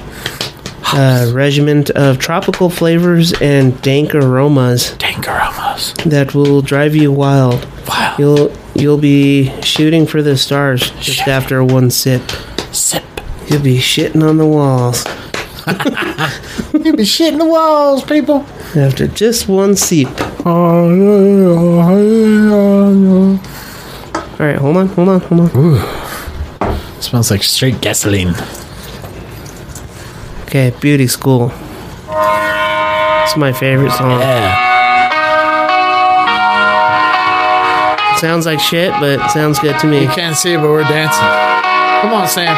S9: uh, regiment of tropical flavors and dank aromas
S11: Tankaromas.
S9: that will drive you wild. You'll you'll be shooting for the stars just after one sip.
S11: Sip.
S9: You'll be shitting on the walls
S11: You be shitting the walls, people.
S9: after just one sip.
S11: Oh, yeah, oh, hey, oh,
S9: All right, hold on, hold on, hold on.
S11: yeah. Smells like straight gasoline.
S9: Okay, Beauty School. It's my favorite song. Sounds like shit, but it sounds good to me.
S11: You can't see it, but we're dancing. Come on, Sam.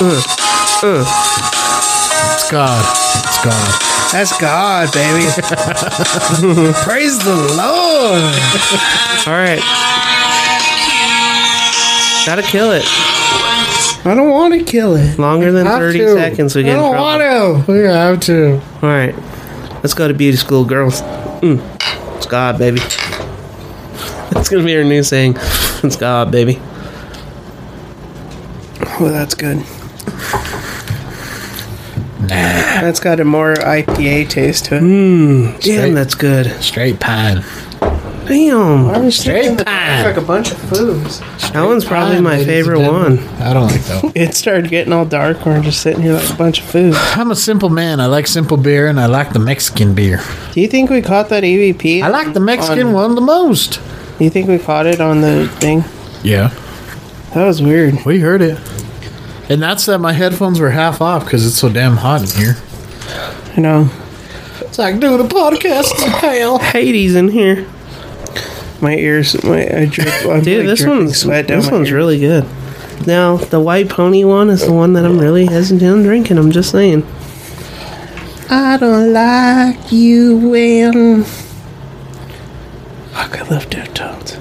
S9: Uh, uh.
S11: It's God. It's God.
S10: That's God, baby. Praise the Lord.
S9: All right. Gotta kill it.
S10: I don't want to kill it.
S9: Longer than
S10: Have
S9: 30
S10: to.
S9: seconds, we get
S10: I
S9: in
S10: don't
S9: trouble.
S10: want to. We have to.
S9: All right. Let's go to beauty school, girls. Mm. It's God, baby. That's going to be our new saying. It's God, baby.
S10: Well, that's good. That's got a more IPA taste to it. Mmm.
S9: Damn, that's good.
S11: Straight pine.
S9: Damn.
S10: I was
S11: Straight
S10: thinking that like a bunch of foods.
S9: That one's probably my favorite one.
S11: I don't like that.
S10: It started getting all dark. We're just sitting here like a bunch of food.
S11: I'm a simple man. I like simple beer and I like the Mexican beer.
S10: Do you think we caught that EVP? I like
S11: the Mexican
S10: one
S11: the most.
S10: Do you think we caught it on the thing?
S11: Yeah.
S10: That was weird.
S11: We heard it. And that's that my headphones were half off because it's so damn hot in here.
S10: I know.
S11: It's like, dude, the podcast is hell.
S9: Hades in here.
S10: My ears, my I drip. I'm
S9: Dude,
S10: like
S9: this
S10: dripping
S9: one's
S10: sweat down
S9: this
S10: my
S9: one's
S10: ear.
S9: really good. Now the white pony one is the one that I'm really hesitant on drinking. I'm just saying.
S10: I don't like you when. Fuck, I love Deftones.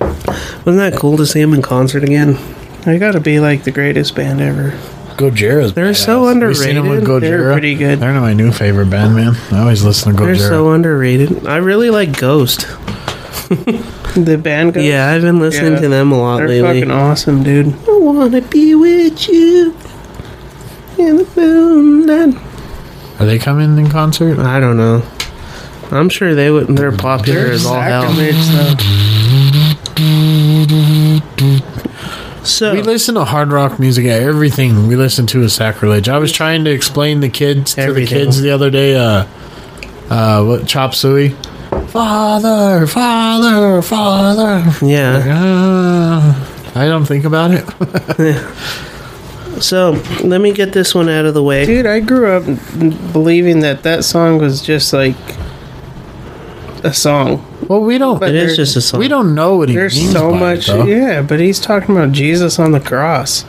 S9: Wasn't that cool to see him in concert again?
S10: They gotta be like the greatest band ever.
S11: Gojira's.
S9: They're so
S11: We've seen them with
S9: underrated.
S11: Gojira.
S9: They're pretty good.
S11: They're my new favorite band, man. I always listen to
S9: They're
S11: Gojira.
S9: so underrated. I really like Ghost.
S10: The band. Goes,
S9: Yeah, I've been listening
S10: Yeah.
S9: to them a lot
S10: They're
S9: lately.
S10: fucking awesome, dude.
S9: I wanna be with you in the moonlight.
S11: Are they coming in concert?
S9: I don't know. I'm sure they would. They're popular as all hell.
S10: Sacrilege, though.
S9: So
S11: We listen to hard rock music. Yeah, Everything we listen to is sacrilege. I was trying to explain the kids to
S9: Everything.
S11: the kids the other day. Uh, uh, what chop suey? Father, father, father.
S9: yeah.
S11: Ah, I don't think about it.
S9: So let me get this one out of the way.
S10: Dude, I grew up n- believing that that song was just like a song.
S11: well, we don't.
S10: But
S9: It is
S10: there-
S9: just a song.
S11: we don't know what he
S10: There's
S11: means
S10: so
S11: by it,
S10: much.
S11: though.
S10: yeah, but he's talking about Jesus on the cross.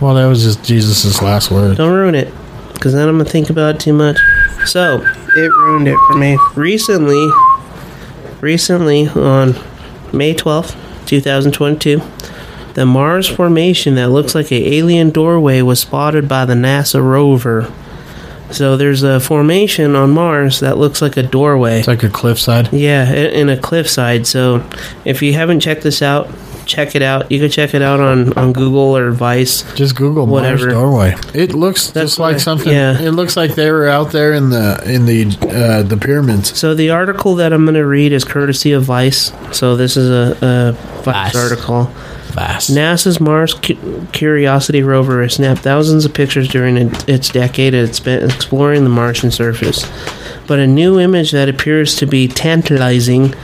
S11: Well, that was just Jesus' last word.
S9: Don't ruin it, because then I'm gonna think about it too much. So
S10: It ruined it for me.
S9: recently, recently on May 12th, 2022, the Mars formation that looks like an alien doorway was spotted by the NASA rover. So there's a formation on Mars that looks like a doorway.
S11: It's like a cliffside.
S9: Yeah, i- in a cliffside. So if you haven't checked this out, check it out. You can check it out on, on Google or Vice.
S11: Just Google
S9: Whatever.
S11: Mars doorway. It looks
S9: That's
S11: just
S9: what
S11: like
S9: I-
S11: something.
S9: yeah.
S11: It looks like they were out there in the in the uh, the pyramids.
S9: So the article that I'm going to read is courtesy of Vice. So this is a, a Vice
S11: Vice.
S9: article.
S11: Fast.
S9: NASA's Mars Cu- Curiosity rover has snapped thousands of pictures during it- its decade it's been exploring the Martian surface. But a new image that appears to be tantalizing,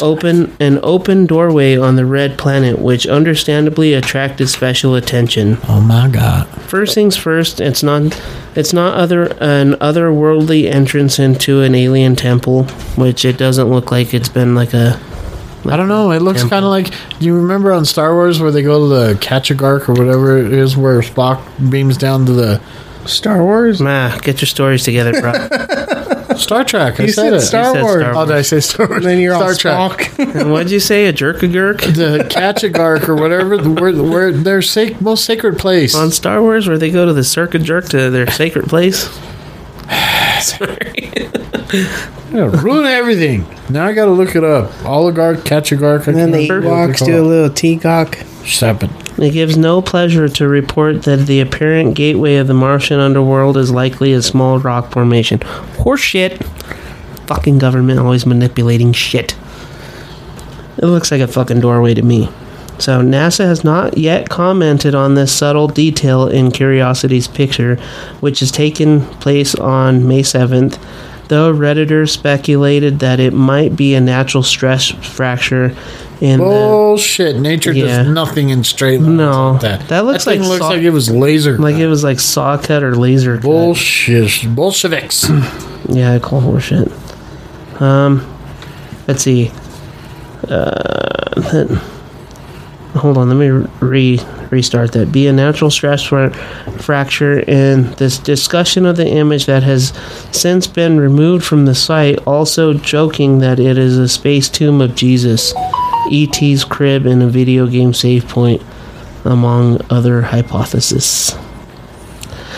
S9: open an open doorway on the red planet, which understandably attracted special attention.
S11: oh my god.
S9: First things first, it's not it's not other an otherworldly entrance into an alien temple, which it doesn't look like it's been like a
S11: I don't know. It looks kind of like. Do you remember on Star Wars where they go to the Kachagark or whatever it is, where Spock beams down to the
S10: Star Wars.
S9: nah, ah, get your stories together, bro.
S11: Star Trek? I
S10: You
S11: said,
S10: said
S11: it.
S10: Star
S9: You said
S10: Wars.
S9: Star
S11: Oh, did I say Star Wars?
S10: Then you're
S11: Star
S10: all
S11: Trek.
S10: Spock.
S9: and what'd you say, a jerk a gurk?
S11: The Kachagark or whatever, the- where, where their sac- most sacred place.
S9: on Star Wars where they go to the circuit jerk to their sacred place.
S11: Yeah, ruin everything. Now I gotta look it up. Oligarch, Kachagark.
S10: and then the Ewoks do a little teacock.
S11: Seven.
S9: It gives no pleasure to report that the apparent gateway of the Martian underworld is likely a small rock formation. Horseshit. Fucking government always manipulating shit. It looks like a fucking doorway to me. So, NASA has not yet commented on this subtle detail in Curiosity's picture, which has taken place on May 7th, though Redditors speculated that it might be a natural stress fracture in the.
S11: Bullshit. Nature
S9: Yeah.
S11: does nothing in straight lines.
S9: No.
S11: like
S9: That looks
S11: thing
S9: like
S11: looks
S9: saw-
S11: like it was laser.
S9: Like
S11: cut.
S9: it was like saw cut or laser cut.
S11: bullshit. Bolsheviks.
S9: Yeah, I call horseshit. Um, let's see. Uh, hold on, let me re restart that be a natural stress fra- fracture in this discussion of the image that has since been removed from the site also joking that it is a space tomb of jesus et's crib and a video game save point among other hypotheses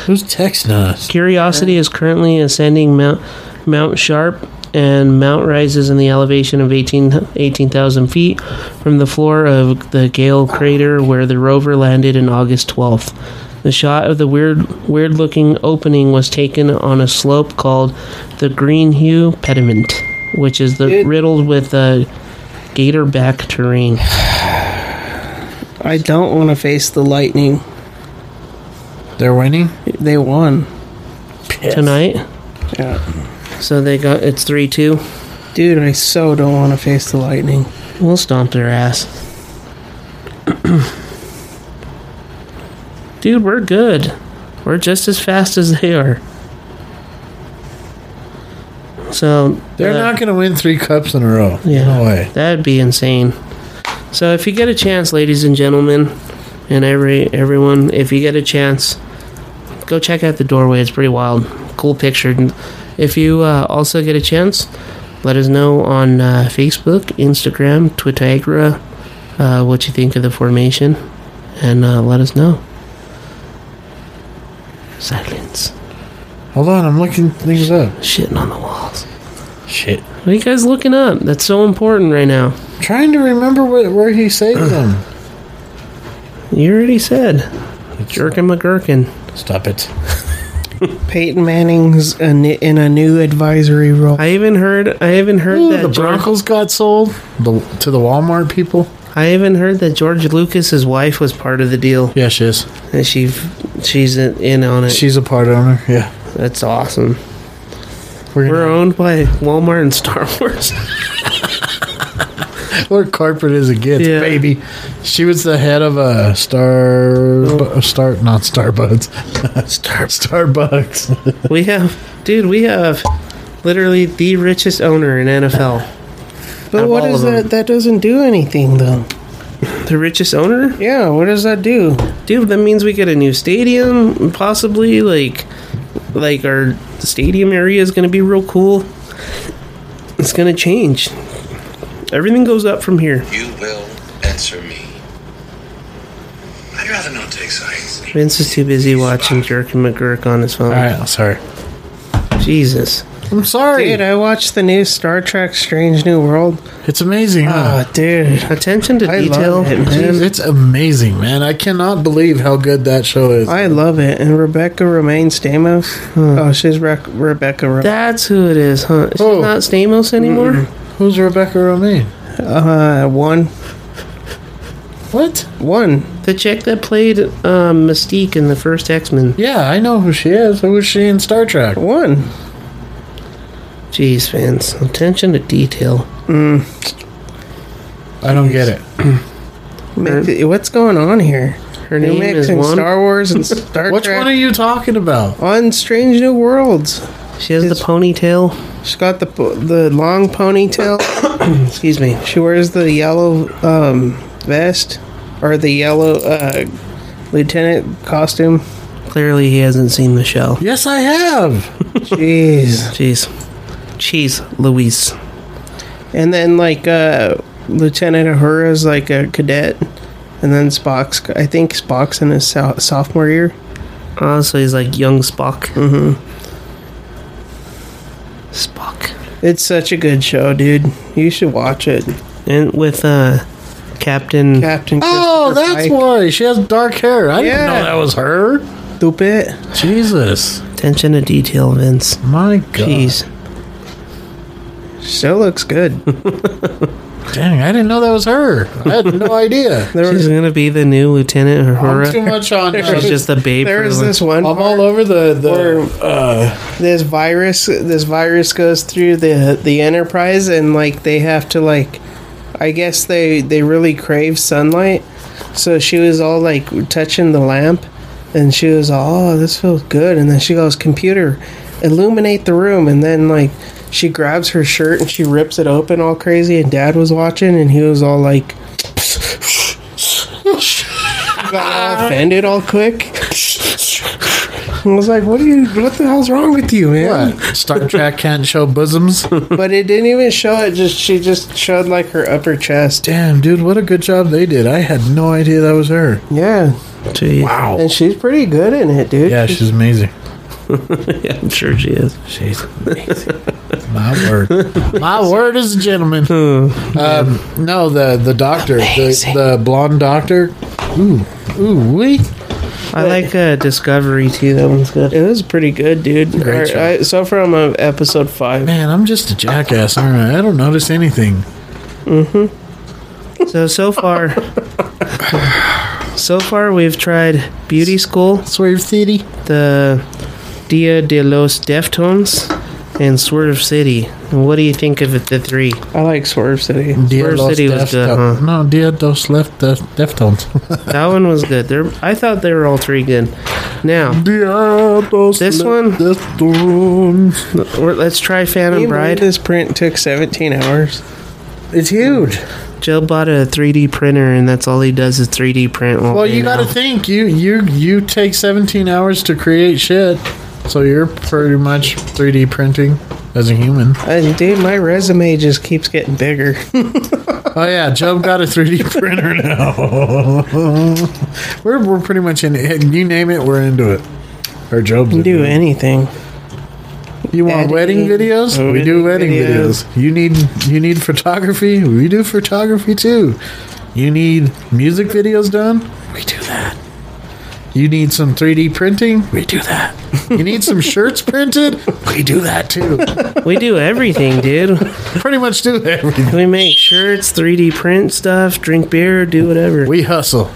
S11: Who's texting us?
S9: Curiosity is currently ascending Mount Mount Sharp, and Mount rises in the elevation of 18 18,000 feet from the floor of the Gale crater where the rover landed on August 12th. The shot of the weird weird looking opening was taken on a slope called the Green Hue Pediment, which is the riddled with uh, gator back terrain.
S10: I don't want to face the lightning.
S11: They're winning.
S10: They won
S9: tonight.
S10: Yeah.
S9: So they got it's three two.
S10: Dude, I so don't want to face the lightning.
S9: We'll stomp their ass. Dude, we're good. We're just as fast as they are. So
S11: They're
S9: uh,
S11: not going to win three cups in a row.
S9: Yeah.
S11: No way.
S9: That'd be insane. So if you get a chance, ladies and gentlemen, and every everyone, if you get a chance, go check out the doorway. It's pretty wild, cool picture. And if you uh, also get a chance, let us know on uh, Facebook, Instagram, Twitter, uh, what you think of the formation, and uh, let us know. Silence.
S11: Hold on, I'm looking things up.
S9: Shitting on the walls.
S11: Shit.
S9: What are you guys looking up? That's so important right now.
S11: Trying to remember what, where he saved them.
S9: You already said. Jerkin McGurkin.
S11: Stop it.
S10: Peyton Manning's a ni- in a new advisory role.
S9: I even heard. I even heard
S11: Ooh,
S9: that
S11: the
S9: George-
S11: Broncos got sold the, to the Walmart people.
S9: I even heard that George Lucas's wife was part of the deal,
S11: Yeah, she is.
S9: and she she's in on it.
S11: She's a part owner. Yeah.
S9: That's awesome.
S11: We're,
S9: We're owned by Walmart and Star Wars.
S11: we're corporate as it gets,
S9: Yeah.
S11: baby. She was the head of a Star, Bu- Star, not Starbucks, Star, Starbucks.
S9: we have, dude, we have literally the richest owner in NFL.
S10: But
S9: of
S10: what
S9: all
S10: is
S9: of
S10: that?
S9: 'em.
S10: That doesn't do anything, though.
S9: The richest owner,
S10: Yeah, what does that do?
S9: dude. That means we get a new stadium, possibly. Like, like our stadium area is gonna be real cool. It's gonna change. Everything goes up from here.
S13: You will answer me. I'd rather not take sides.
S9: Vince is too busy watching Jerk and McGurk on his phone.
S11: All right, sorry.
S9: Jesus.
S11: I'm sorry.
S10: Dude, I watched the new Star Trek: Strange New World.
S11: it's amazing. huh?
S10: Oh, dude,
S9: Attention to
S10: I
S9: detail.
S10: love it,
S11: Jeez,
S10: man.
S11: it's amazing, man. I cannot believe how good that show is.
S10: I love it. And Rebecca Romaine Stamos. Oh, she's Re- Rebecca. Ro-
S9: Hmm. That's who it is, huh? She's
S11: Oh.
S9: not Stamos anymore?
S11: Who's Rebecca Romaine?
S10: uh, one,
S11: What?
S10: one.
S9: The chick that played um, Mystique in the first X Men.
S11: Yeah, I know who she is. Who was she in Star Trek?
S10: One.
S9: Jeez, Vince. Attention to detail.
S11: I don't get it.
S10: Make the- what's going on here?
S9: Her
S10: You're
S9: name is
S10: mixing
S9: One.
S10: Star Wars and Star
S11: Which
S10: Trek
S11: one are you talking about?
S10: on Strange New Worlds.
S9: she has the ponytail.
S10: She's got the po- the long ponytail.
S9: Excuse me.
S10: She wears the yellow um, vest or the yellow uh, lieutenant costume.
S9: Clearly, he hasn't seen the show.
S11: Yes, I have.
S10: Jeez.
S9: Jeez. Jeez, Luis.
S10: And then like uh, Lieutenant Uhura's like a cadet, and then Spock's I think Spock's in his so- sophomore year. Mm-hmm.
S9: Oh, so he's like young Spock. Mm hmm. Spock.
S10: It's such a good show, dude. You should watch it,
S9: And with uh, Captain.
S10: Captain.
S11: Oh,
S10: Christopher
S11: that's
S10: Pike.
S11: why she has dark hair. I didn't
S10: Yeah.
S11: know that was her.
S10: stupid.
S11: Jesus,
S9: Attention to detail, Vince.
S11: my God.
S9: Jeez.
S10: Still looks good.
S11: Dang, I didn't know that was her. I had no idea.
S10: There
S9: She's
S10: was,
S9: gonna be the new Lieutenant
S11: I'm too
S9: Uhura.
S11: much on. uh,
S9: She's just a babe.
S10: there
S9: for
S10: is
S9: the-
S10: this one.
S11: I'm all over the the. Uh,
S10: this virus this virus goes through the the enterprise and like they have to like i guess they they really crave sunlight so she was all like touching the lamp and she was all oh this feels good and then she goes computer illuminate the room and then like she grabs her shirt and she rips it open all crazy and dad was watching and he was all like got all offended all quick. I was like, "What are you? What the hell's wrong with you, man?"
S11: Star Trek can't show bosoms.
S10: but it didn't even show it. Just she just showed like her upper chest.
S11: Damn, dude, what a good job they did. I had no idea that was her.
S10: Yeah.
S11: Wow.
S10: And she's pretty good in it, dude.
S11: Yeah, she's amazing.
S9: yeah, I'm sure she is.
S11: She's amazing. My word. My word is a gentleman. Um, no, the the doctor,
S9: Amazing.
S11: the, the blonde doctor. Ooh, ooh, we.
S9: I like uh, Discovery too. That one's good.
S10: It was pretty good, dude.
S11: Great
S10: All
S11: show.
S10: right, so far I'm on episode five.
S11: Man, I'm just a jackass, aren't I? I don't notice anything.
S9: Mm-hmm. So so far, so far we've tried Beauty School,
S11: Swerve City,
S9: the Dia de los Deftones, and Swerve City. And what do you think of the three?
S10: I like Swerve City.
S11: Dia
S9: Swerve
S11: los
S9: City was good.
S11: Deftones.
S9: Huh?
S11: No, Dia dos left the Deftones.
S9: That one was good. They're, I thought they were all three good. Now this one, We're- let's try Phantom Bride.
S10: This print took 17 hours.
S11: It's huge.
S9: Joe bought a 3D printer, and that's all he does is 3D print.
S11: Well, you got to
S9: think.
S11: think you you you take 17 hours to create shit, so you're pretty much 3D printing as a human.
S10: And Uh, dude, my resume just keeps getting bigger.
S11: Oh yeah, Joe got a 3D printer now. we're we're pretty much in it. You name it, we're into it. Or Job's
S10: Can do
S11: into it.
S10: anything.
S11: You want wedding
S10: Editing.
S11: videos? we do wedding videos. You need you need photography. We do photography too. You need music videos done. We do that. You need some 3D printing. We do that. You need some shirts printed. We do that too.
S9: We do everything, dude.
S11: Pretty much do everything.
S9: We make shirts, 3D print stuff, drink beer, do whatever.
S11: We hustle.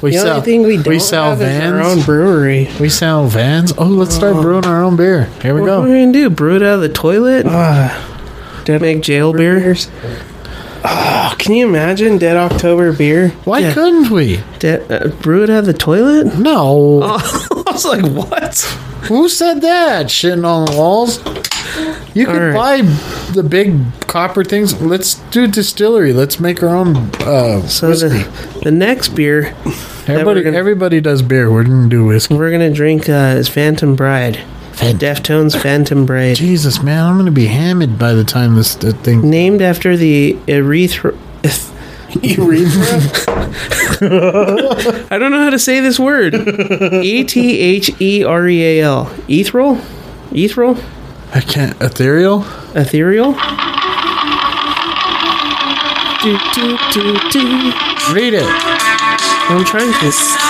S11: We
S10: The only
S11: sell.
S10: thing we
S11: we
S10: don't
S11: sell
S10: have is
S11: vans.
S10: our own brewery.
S11: We sell vans. Oh, let's start brewing our own beer. Here we
S9: Uh, What are we
S11: go.
S9: gonna do? Brew it out of the toilet?
S10: Uh, Dead
S9: make jail beer?
S10: Oh, can you imagine Dead October beer?
S11: Why
S9: Yeah.
S11: couldn't we?
S9: De- uh, brew it out of the toilet?
S11: No.
S9: I was like, what?
S11: Who said that? Shitting on the walls? You
S9: All
S11: can
S9: right.
S11: buy the big copper things. Let's do distillery. Let's make our own uh,
S9: So
S11: whiskey.
S9: the, the next beer that
S11: everybody,
S9: we're gonna,
S11: everybody does beer. We're gonna do whiskey.
S9: we're gonna drink uh, is Phantom Bride. Deftones Phantom Bride.
S11: Jesus, man, I'm gonna be hammered by the time this uh, thing.
S9: Named after the urethra. I don't know how to say this word. E T H E R E A L. Ethereal? Ethereal?
S11: I can't. Ethereal.
S9: Ethereal? Do, do, do, do.
S11: Read it.
S9: I'm trying to.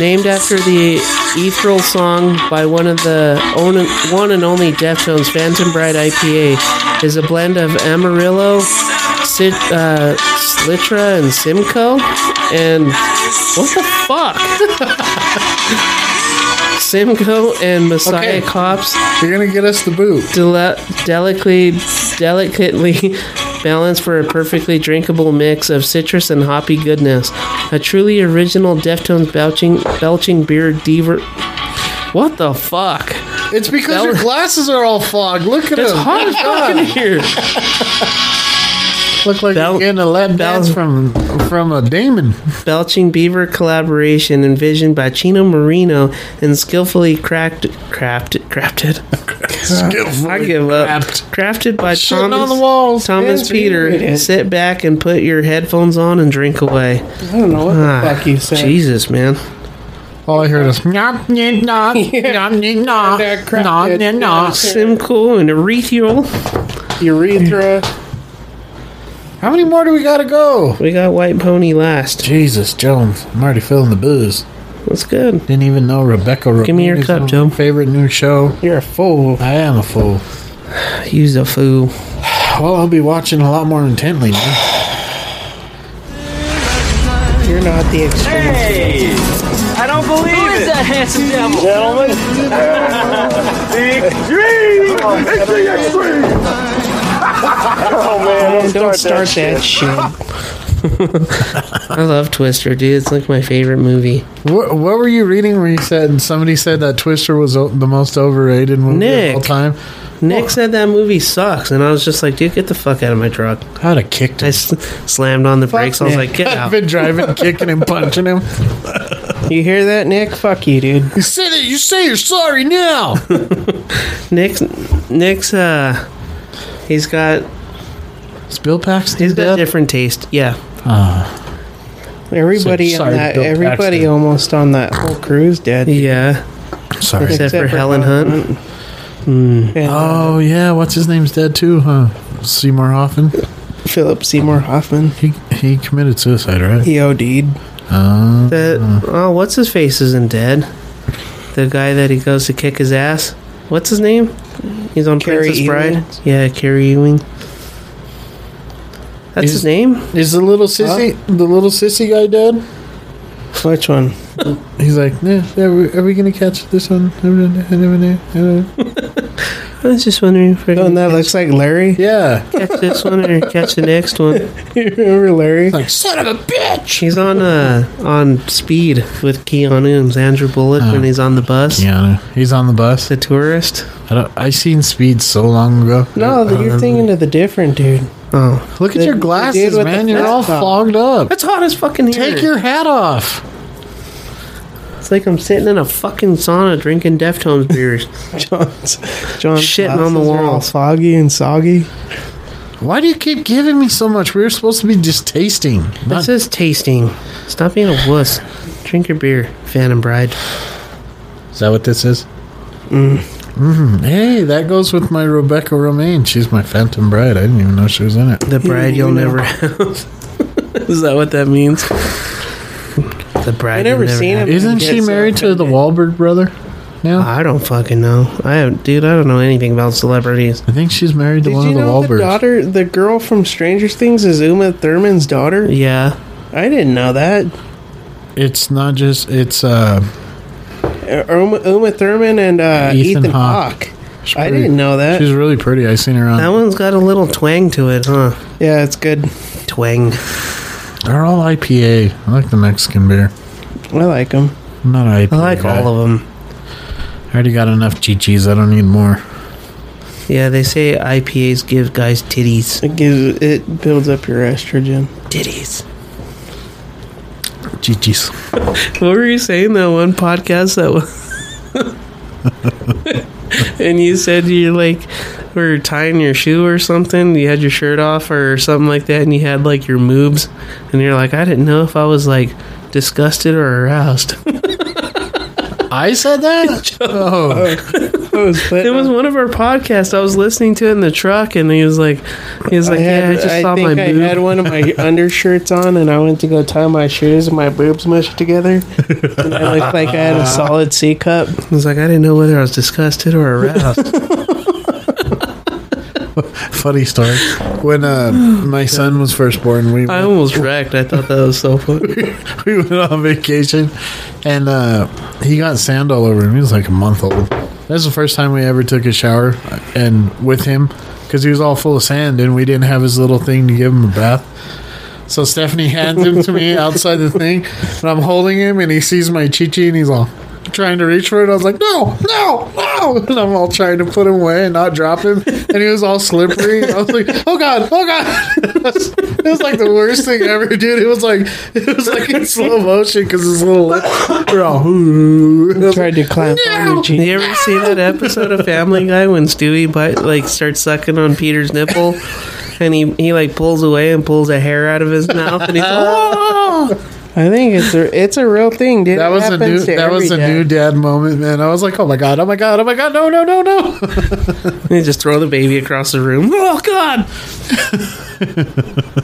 S9: Named after the ethereal song by one of the own, one and only Deftones, Phantom Bride IPA is a blend of Amarillo, Cit, uh, Slitra, and Simcoe. And what the fuck? Simcoe and Messiah
S11: Okay.
S9: Cops
S11: You're gonna get us the boot.
S9: Dele- delicately, delicately balanced for a perfectly drinkable mix of citrus and hoppy goodness. A truly original Deftones belching, belching beer diver. What the fuck?
S11: It's because
S9: That
S11: your
S9: was-
S11: glasses are all fogged. Look at
S9: It's
S11: them.
S9: hot as fuck in here.
S11: Look like
S9: Bel-
S11: you're getting a lap
S9: Bel-
S11: dance from from a Damon.
S9: Belching Beaver collaboration envisioned by Chino Marino and skillfully cracked, crafted, crafted. I give up. Crafted by
S11: Shitting
S9: Thomas,
S11: on the walls.
S9: Thomas Peter. Sit back and put your headphones on and drink away.
S10: I don't know what the
S9: Ah,
S10: fuck you said.
S9: Jesus, man.
S11: All I heard is nom nom nom nom nom
S10: They're
S11: nom
S10: crafted.
S11: nom nom nom.
S9: Simcoe and Erethiol.
S10: Urethra.
S11: How many more do we gotta go?
S9: We got White Pony last.
S11: Jesus, Jones, I'm already feeling the booze.
S9: That's good.
S11: Didn't even know Rebecca.
S9: Give me your
S11: Romano's
S9: cup,
S11: my
S9: Joe.
S11: Favorite new show.
S10: You're a fool.
S11: I am a fool.
S9: Use a fool.
S11: Well, I'll be watching a lot more intently. Now.
S10: You're not the extreme.
S3: I don't believe it. Who is that handsome devil? Gentlemen. the extreme. It's the extreme. oh, man.
S10: Don't, start that, shit.
S9: I love Twister, dude. It's like my favorite movie.
S11: What, what were you reading where you said somebody said that Twister was o- the most overrated movie
S9: Nick.
S11: of all time?
S9: Nick said that movie sucks, and I was just like, dude, get the fuck out of my truck.
S11: I'd have kicked
S9: I
S11: him.
S9: s- slammed on the brakes. I was like, get
S11: I've
S9: out.
S11: been driving, kicking and punching him.
S10: You hear that, Nick? Fuck you, dude.
S11: You say that you say you're sorry now.
S10: Nick's Nick's uh he's got
S11: Spill packs.
S10: He's got different taste. Yeah.
S11: So
S10: Everybody on
S11: sorry,
S10: that
S11: Bill
S10: everybody
S11: Paxton.
S10: almost on that whole cruise dead. Yeah.
S11: Sorry.
S10: Except, for, Helen Hunt.
S11: Oh yeah, what's his name's dead too, huh? Seymour Hoffman.
S10: Philip Seymour Hoffman.
S11: He he committed suicide, right?
S10: He OD'd.
S11: Uh,
S9: That oh, what's his face isn't dead. The guy that he goes to kick his ass. What's his name? He's on
S10: Carrie
S9: Princess
S10: Ewing?
S9: Bride. Yeah, Carrie Ewing. That's
S11: Is-
S9: his name.
S11: Is the little sissy the little sissy guy dead?
S10: Which one?
S11: He's like, yeah, are we, are we gonna catch this one?
S9: I was just wondering if we're
S11: Oh,
S10: One
S9: gonna
S10: that looks like Larry.
S11: Yeah,
S9: catch this one or catch the next one.
S10: You remember Larry?
S11: like son of a bitch.
S9: He's on uh on Speed with Keanu and Sandra Bullock when he's on the bus.
S11: Yeah, he's on the bus.
S9: The tourist. Um,
S11: I don't, I seen Speed so long ago.
S10: No,
S11: I don't
S10: you're
S11: remember.
S10: thinking of the different dude.
S9: Oh,
S11: Look at
S10: the-
S11: your
S10: the dude
S11: glasses,
S10: with the
S11: man. You're
S10: flip
S11: all
S10: top.
S11: fogged up.
S9: that's hot as fucking here.
S11: Take your hat off.
S9: It's like I'm sitting in a fucking sauna drinking Deftones beers.
S10: John's John's
S9: Shitting on
S10: glasses
S9: the
S10: are
S9: wall.
S10: all foggy and soggy.
S11: Why do you keep giving me so much? We were supposed to be just tasting.
S9: This
S11: Not,
S9: is tasting. Stop being a wuss. Drink your beer, Phantom Bride.
S11: is that what this is? Mm. hmm Hey, that goes with my Rebecca Romaine. She's my Phantom Bride. I didn't even know she was in it.
S9: The bride you'll never have. is that what that means? The bride.
S10: I never
S9: you'll
S10: seen
S9: have.
S10: him.
S11: Isn't
S10: Yeah,
S11: she
S10: so-
S11: married to the Wahlberg brother now?
S9: I don't fucking know. I have, dude. I don't know anything about celebrities.
S11: I think she's married to
S10: Did
S11: one
S10: you
S11: of the
S10: know the
S11: Wahlbergs.
S10: daughter, the girl from Stranger Things, is Uma Thurman's daughter?
S9: Yeah,
S10: I didn't know that.
S11: it's not just it's uh
S10: Uh, Uma, Uma Thurman and uh,
S11: Ethan
S10: Ethan,
S11: Hawke.
S10: Hawke.
S11: she's
S10: I
S11: pretty-
S10: didn't know that.
S11: She's really pretty. I seen her on.
S9: that one's got a little twang to it, huh?
S10: yeah, it's good.
S9: Twang.
S11: They're all IPA. I like the Mexican beer.
S10: I like them.
S11: I'm not an IPA.
S9: I like all of them.
S11: them. I already got enough GGs. I don't need more.
S9: Yeah, they say IPAs give guys titties.
S10: It gives it builds up your estrogen.
S9: Titties.
S11: GGs.
S9: What were you saying that one podcast that was? and you said you like were tying your shoe or something. You had your shirt off or something like that, and you had like your moobs, and you're like, I didn't know if I was like disgusted or aroused.
S11: I said that. oh,
S10: That was lit.
S9: it was one of our podcasts. I was listening to it in the truck, and he was like, he was
S10: I
S9: like,
S10: had,
S9: yeah, I just
S10: I
S9: saw
S10: think
S9: my
S10: I
S9: boob.
S10: had one of my undershirts on, and I went to go tie my shoes, and my boobs mushed together, and I looked like I had a solid C cup.
S9: I was like, I didn't know whether I was disgusted or aroused.
S11: funny story. When uh, my son was first born, we
S9: I almost wrecked. I thought that was so funny.
S11: we went on vacation, and uh, he got sand all over him. He was like a month old. That's the first time we ever took a shower, uh, and with him, because he was all full of sand, and we didn't have his little thing to give him a bath. So Stephanie hands him to me outside the thing, and I'm holding him, and he sees my chi chi, and he's all trying to reach for it. I was like, no, no, no, and I'm all trying to put him away and not drop him, and he was all slippery. I was like, oh god, oh god. It was, it was like the worst thing ever, dude. It was like it was like in slow motion because his little lips were all. And I was
S10: Tried
S11: like,
S10: to clamp on your cheek.
S9: You ever see that episode of Family Guy when Stewie bite, like starts sucking on Peter's nipple, and he, he like pulls away and pulls a hair out of his mouth, and he's oh,
S10: I think it's a it's a real thing, dude. It
S11: That was a
S10: happens
S11: new
S10: to
S11: that was a
S10: every
S11: new
S10: dad.
S11: dad moment, man. I was like, oh my god, oh my god, oh my god, no, no, no, no.
S9: and he just throw the baby across the room. Oh God,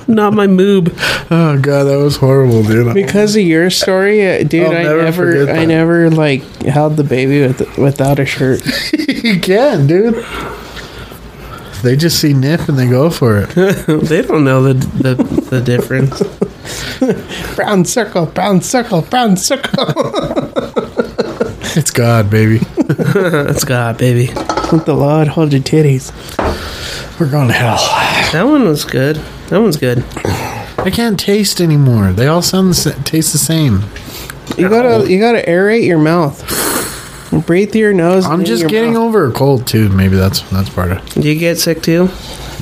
S9: not my moob.
S11: Oh god, that was horrible, dude.
S10: Because of your story, uh, dude,
S11: I'll
S10: I
S11: never
S10: never,
S11: forget
S10: I
S11: that.
S10: never like held the baby with, without a shirt.
S11: you can, dude. They just see nip and they go for it.
S9: They don't know the the, the difference.
S10: brown circle, brown circle, brown circle.
S11: It's God, baby.
S9: That's God, baby.
S10: Let the Lord hold your titties.
S11: We're going to hell.
S9: That one was good. That one's good.
S11: I can't taste anymore. They all sound the sa- taste the same.
S10: You gotta, you gotta aerate your mouth. Breathe through your nose. and
S11: I'm
S10: in
S11: just
S10: your
S11: getting
S10: mouth.
S11: over a cold too. Maybe that's that's part of. it.
S9: Do you get sick too?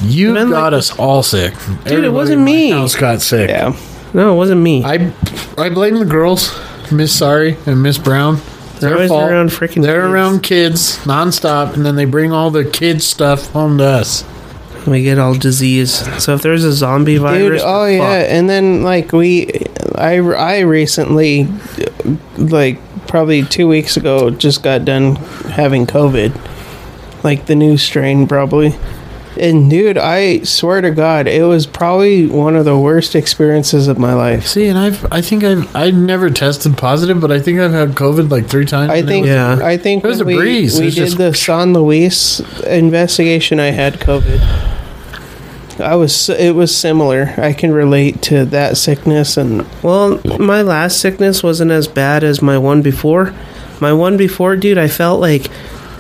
S11: You
S9: Been like-
S11: got us all sick, dude.
S9: wasn't me.
S11: House got sick.
S10: Yeah,
S9: No, it wasn't me.
S11: I I blame the girls. Miss Sorry and Miss Brown.
S9: They're
S11: Their
S9: always
S11: fault.
S9: around freaking
S11: They're
S9: kids.
S11: around kids nonstop, and then they bring all the kids stuff home to us.
S9: We get all disease. So if there's a zombie virus,
S10: Dude, oh yeah, and then like we, I I recently, like probably two weeks ago, just got done having COVID, like the new strain probably. And dude, I swear to God, it was probably one of the worst experiences of my life.
S11: See, and I've I think I've I never tested positive, but I think I've had COVID like three times.
S10: I
S11: and it
S10: think
S11: was-
S10: I think
S11: it was a
S10: when we,
S11: breeze.
S10: we
S11: It's
S10: did
S11: just-
S10: the San Luis investigation. I had COVID. I was it was similar. I can relate to that sickness and
S9: well, my last sickness wasn't as bad as my one before. My one before, dude, I felt like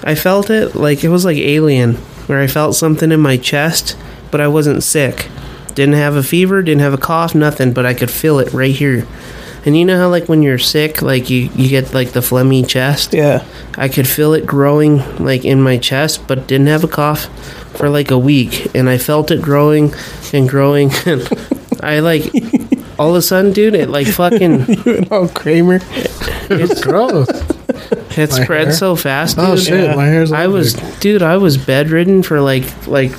S9: I felt it like it was like alien, where I felt something in my chest, but I wasn't sick. Didn't have a fever, didn't have a cough, nothing, but I could feel it right here. And you know how like when you're sick, like you you get like the phlegmy chest.
S10: Yeah.
S9: I could feel it growing like in my chest, but didn't have a cough for like a week, and I felt it growing and growing. And I like all of a sudden, dude, it like fucking
S10: you and all Kramer.
S9: It's
S11: gross.
S9: It
S11: My
S9: spread
S11: hair?
S9: so fast. Dude.
S11: Oh, shit, Yeah. my hair's
S9: I was, dude, I was bedridden for like like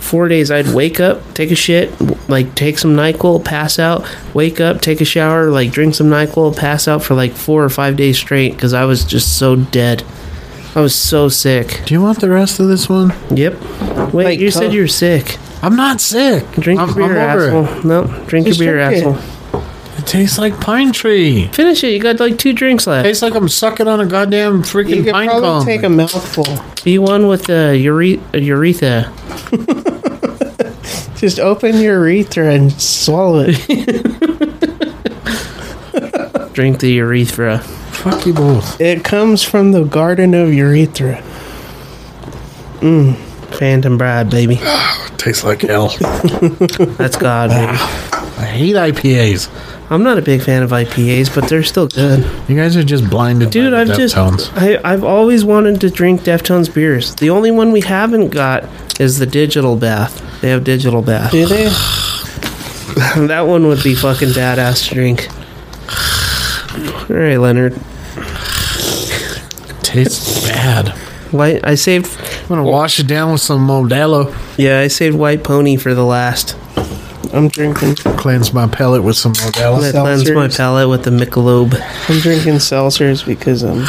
S9: four days. I'd wake up, take a shit, w- like take some Nyquil, pass out. Wake up, take a shower, like drink some Nyquil, pass out for like four or five days straight because I was just so dead. I was so sick.
S11: Do you want the rest of this one?
S9: Yep. Wait,
S10: Like,
S9: you
S10: co-
S9: said you're sick.
S11: I'm not sick.
S9: Drink
S11: I'm-
S9: your beer,
S11: I'm over it.
S9: asshole. No, drink
S11: Just
S9: your beer,
S11: drink it.
S9: asshole.
S11: It tastes like pine tree.
S9: Finish it. You got like two drinks left.
S11: Tastes like I'm sucking on a goddamn freaking
S10: You could
S11: pine
S10: probably
S11: cone.
S10: take a mouthful.
S9: Be one with the ure- uh, urethra.
S10: Just open your urethra and swallow it.
S9: Drink the urethra.
S11: Fuck you both.
S10: it comes from the garden of urethra.
S9: Mm. Phantom bride, baby.
S11: tastes like hell.
S9: That's God, baby.
S11: I hate IPAs.
S9: I'm not a big fan of IPAs, but they're still good.
S11: You guys are just blinded.
S9: Dude,
S11: by
S9: I've
S11: the
S9: just
S11: Deftones.
S9: I, I've always wanted to drink Deftones beers. The only one we haven't got is the digital bath. They have digital bath.
S10: Do they?
S9: that one would be fucking badass to drink. All right, Leonard.
S11: tastes bad.
S9: White. I saved.
S11: I'm gonna wash it down with some Modelo.
S9: Yeah, I saved White Pony for the last.
S10: I'm drinking.
S11: Cleanse my palate with some
S9: I'm
S11: Modelo.
S9: gonna cleanse my
S10: Seltzers.
S9: palate with the Michelob.
S10: I'm drinking seltzers because um.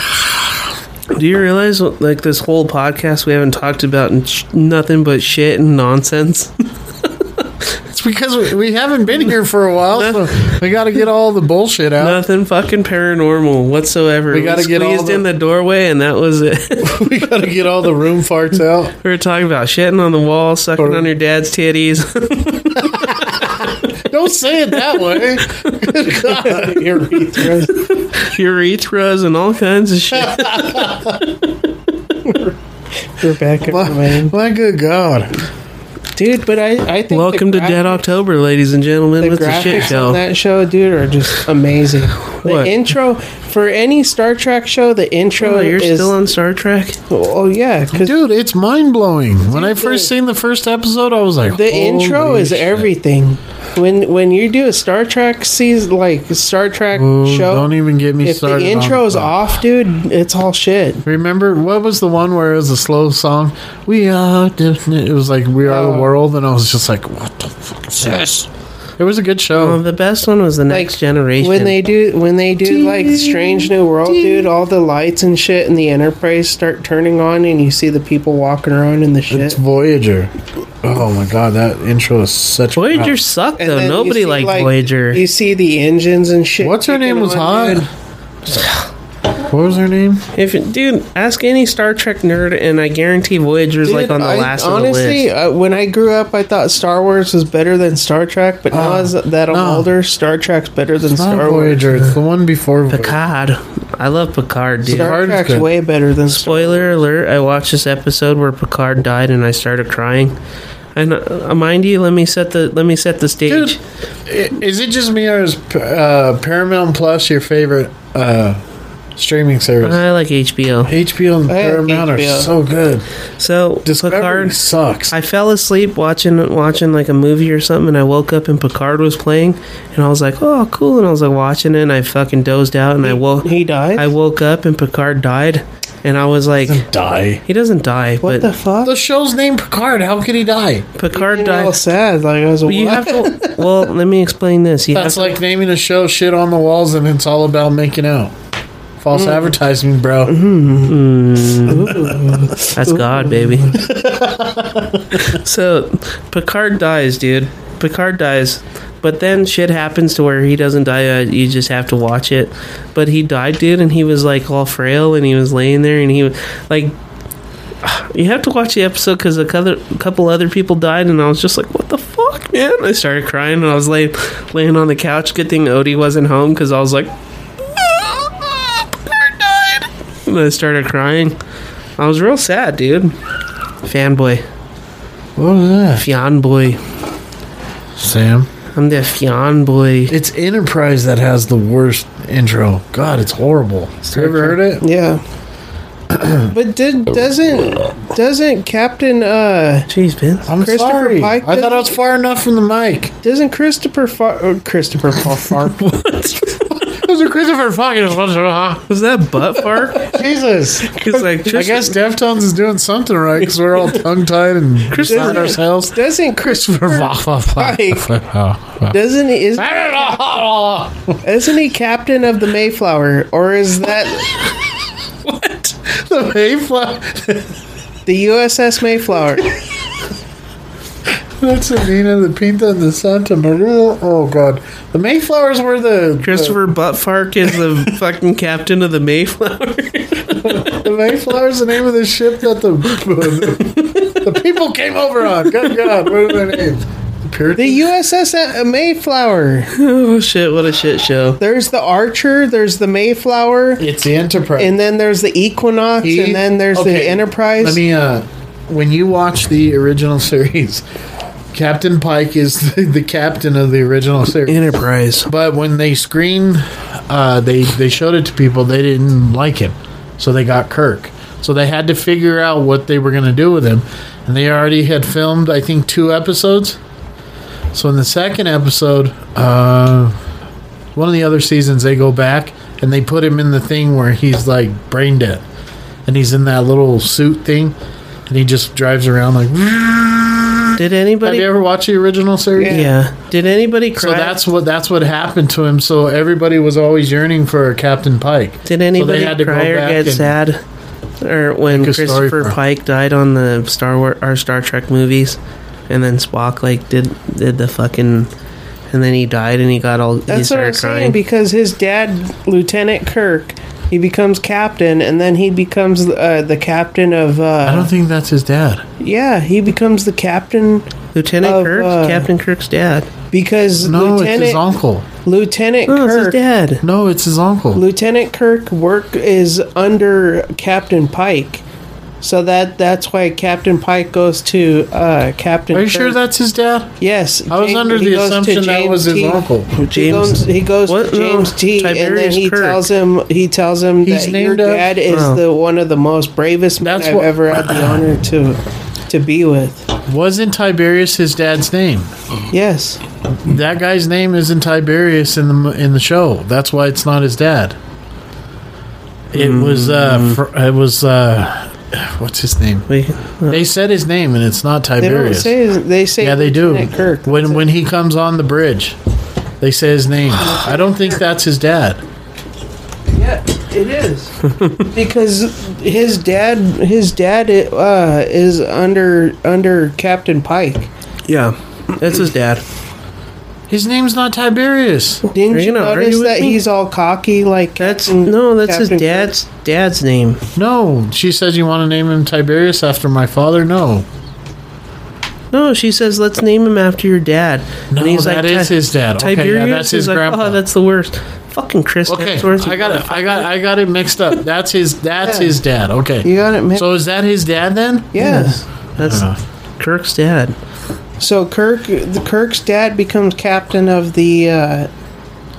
S9: Do you realize, like, this whole podcast we haven't talked about n- sh- nothing but shit and nonsense?
S11: It's because we- we haven't been here for a while, so we got to get all the bullshit out.
S9: nothing fucking paranormal whatsoever.
S11: We gotta get all
S9: squeezed
S11: the-
S9: in the doorway, and that was it.
S11: we got to get all the room farts out.
S9: we were talking about shitting on the wall, sucking on your dad's titties.
S11: Don't say it that way. Good God.
S10: urethra.
S9: urethras and all kinds of shit.
S10: Rebecca,
S11: My, my good God.
S10: dude. But I, I think
S9: Welcome to
S10: the
S9: Dead October, ladies and gentlemen,
S10: The
S9: with the
S10: graphics
S9: shit
S10: on
S9: show.
S10: that show, dude, are just amazing.
S9: What?
S10: The intro for any Star Trek show, the intro
S9: Oh, you're
S10: is
S9: still on Star Trek?
S10: oh yeah, 'cause
S11: Dude, it's mind blowing. When I first seen the first episode, I was like,
S10: The intro
S11: "Holy
S10: is
S11: shit."
S10: everything. When when you do a Star Trek season, like Star Trek
S11: Ooh,
S10: show,
S11: Don't even get me
S10: if the
S11: started. on
S10: intro is
S11: that.
S10: off, dude, it's all shit.
S11: Remember what was the one where it was a slow song? We are definite. It was like we are
S10: Oh.
S11: the world, and I was just like, what the fuck is this? It was a good
S9: Well,
S11: show.
S10: Oh,
S9: the best one was the Next Generation.
S10: When they do when they do like Strange New World, dude, all the lights and shit and the Enterprise start turning on, and you see the people walking around in the shit.
S11: It's Voyager. Oh my god, that intro is such
S9: Voyager
S11: crap.
S9: sucked
S10: And
S9: though.
S10: then you
S9: Nobody
S10: see,
S9: liked
S10: like,
S9: Voyager.
S10: You see the engines and shit.
S11: What's her name
S10: kicking
S11: was
S10: on,
S11: hot?
S10: dude.
S11: What was her name?
S9: If dude, ask any Star Trek nerd, and I guarantee Voyager's like
S10: Dude,
S9: on the
S10: I-
S9: last
S10: honestly,
S9: of
S10: uh, when I grew up, I thought Star Wars was better than Star Trek, but now as that I'm
S11: Oh. no.
S10: older, Star Trek's better than
S11: It's not
S10: Star Wars.
S11: Voyager. It's the one before.
S9: the
S11: Voyager.
S9: list. Picard, I love Picard, dude.
S10: Star
S11: Picard's
S10: Trek's
S11: good.
S10: way better than Star
S9: Spoiler alert! I watched this episode where Picard died, and I started crying. And uh, mind you, let me set the let me set the stage.
S11: Dude, i- is it just me or is uh, Paramount Plus your favorite uh, streaming service?
S9: I like HBO.
S11: HBO and Paramount are so good.
S9: So
S11: Discovery
S9: Picard
S11: sucks.
S9: I fell asleep watching watching like a movie or something, and I woke up and Picard was playing, and I was like, "Oh, cool!" And I was like watching it, and I fucking dozed out, and I woke.
S10: He died.
S9: I woke up and Picard died, and I was like,
S11: "Die."
S9: He doesn't die. What
S10: the fuck?
S11: The show's named Picard. How could he die?
S9: Picard
S10: all
S9: died.
S10: sad. Like I was
S9: But you have to. Well, let me explain this. You
S11: That's
S9: have
S11: like naming a show "Shit on the Walls" and it's all about making out. False
S9: Mm.
S11: advertising, bro.
S9: to, that's God, baby. so Picard dies, dude. Picard dies. But then shit happens to where he doesn't die. Uh, you just have to watch it. But he died, dude, and he was like all frail, and he was laying there, and he was like, you have to watch the episode because a couple, couple other people died, and I was just like, what the fuck, man? I started crying, and I was laying laying on the couch. Good thing Odie wasn't home because I was like, and I started crying. I was real sad, dude. Fanboy.
S11: What was that?
S9: Fanboy.
S11: Sam.
S9: I'm the fanboy.
S11: It's Enterprise that has the worst intro. God, it's horrible. You ever heard it?
S10: Yeah. But did, doesn't doesn't Captain uh
S9: Jeez, Ben.
S11: I'm
S10: Christopher
S11: sorry.
S10: Pike
S11: I thought I was far enough from the mic.
S10: doesn't Christopher Far- oh, Christopher Far Far
S11: Those are Christopher fucking.
S9: Was that butt fart?
S11: Jesus.
S9: He's like,
S11: I guess Deftones is doing something right because we're all tongue tied and beside ourselves.
S10: doesn't Christopher Pike doesn't he is isn't he captain of the Mayflower or is that
S11: the Mayflower.
S10: the USS Mayflower?
S11: That's the Nina, the Pinta, the Santa Maria. Oh, God. The Mayflowers were the.
S9: Christopher Buttfark is the fucking captain of the Mayflower.
S11: The Mayflower is the name of the ship that the the, people came over on. Good God, what are their names? The Puritan.
S10: The USS A- Mayflower.
S9: oh shit! What a shit show.
S10: There's the Archer, there's the Mayflower,
S11: It's the Enterprise.
S10: and then there's the Equinox,
S11: He-
S10: and then there's the
S11: okay,
S10: Enterprise.
S11: Let me. uh When you watch the original series, Captain Pike is the, the captain of the original series.
S9: Enterprise.
S11: But when they screen, uh, they they showed it to people. They didn't like him, so they got Kirk. So they had to figure out what they were going to do with him, and they already had filmed I think two episodes. So in the second episode, uh, one of the other seasons, they go back and they put him in the thing where he's like brain dead, and he's in that little suit thing, and he just drives around like.
S9: Did
S11: Have
S9: anybody?
S11: you ever watched the original series?
S9: yeah. Did anybody cry?
S11: So that's what that's what happened to him. So everybody was always yearning for Captain Pike.
S9: Did anybody
S11: had to go
S9: cry or
S11: back
S9: get
S11: and-
S9: sad? Or when
S11: Make a story
S9: Christopher
S11: for-
S9: Pike died on the Star War or Star Trek movies, and then Spock like did did the fucking, and then he died and he got all he
S10: That's what I'm
S9: started
S10: saying
S9: crying.
S10: because his dad, Lieutenant Kirk, he becomes captain, and then he becomes uh, the captain of.
S11: I
S10: Uh,
S11: don't think that's his dad.
S10: yeah, he becomes the captain
S9: Lieutenant
S10: of,
S9: Kirk,
S10: uh,
S9: Captain Kirk's dad.
S10: because
S11: No,
S10: Lieutenant
S11: it's his uncle.
S10: Lieutenant
S9: No, it's his
S10: Kirk.
S9: dad.
S11: No, it's his uncle.
S10: Lieutenant Kirk work is under Captain Pike, so that that's why Captain Pike goes to uh, Captain.
S11: Are you sure
S10: Kirk.
S11: that's his dad?
S10: Yes,
S11: I was
S10: James-
S11: under
S10: he
S11: the
S10: goes to
S11: assumption that
S10: James
S11: was his
S10: T.
S11: uncle.
S10: He goes, he goes
S9: What?
S10: to
S9: No,
S10: James T. and then
S9: Tiberius
S10: he
S9: Kirk.
S10: tells him he tells him
S11: He's
S10: that your
S11: named after-
S10: dad is
S9: Oh.
S10: the one of the most bravest men
S11: That's
S10: I've
S11: what-
S10: ever had the honor to to be with.
S11: Wasn't Tiberius his dad's name?
S10: Yes,
S11: That guy's name isn't Tiberius in the in the show. That's why it's not his dad. It was
S10: Mm-hmm.
S11: uh, fr- it was uh, what's his name?
S9: We,
S11: They said his name, and it's not
S10: uh, they don't
S11: Tiberius.
S10: say his- they say
S11: Yeah, they do.
S10: Lieutenant Kirk.
S11: When when he comes on the bridge, they say his name. I don't think that's his dad.
S10: Yeah, it is because his dad his dad uh, is under under Captain Pike.
S9: yeah, that's his dad.
S11: His name's not Tiberius.
S10: Didn't you
S9: Reno, are
S10: notice
S9: you with
S10: that
S9: me?
S10: he's all cocky like
S9: That's
S10: Captain-
S9: no, that's
S10: Captain
S9: his dad's dad's name.
S11: No, she says you want to name him Tiberius after my father. No,
S9: No, she says let's name him after your dad.
S11: No, that is
S9: "Ti-
S11: his dad." Okay, yeah,
S9: Tiberius
S11: that's his
S9: He's like,
S11: grandpa.
S9: Oh, that's the worst. Fucking Chris
S11: okay,
S9: Hemsworth.
S11: I got it. I got I got it mixed up. That's his. That's
S10: Yeah.
S11: his dad. Okay.
S10: You got it, man.
S11: So is that his dad then?
S10: yes.
S9: That's Kirk's dad.
S10: So Kirk, the Kirk's dad becomes captain of the. Uh,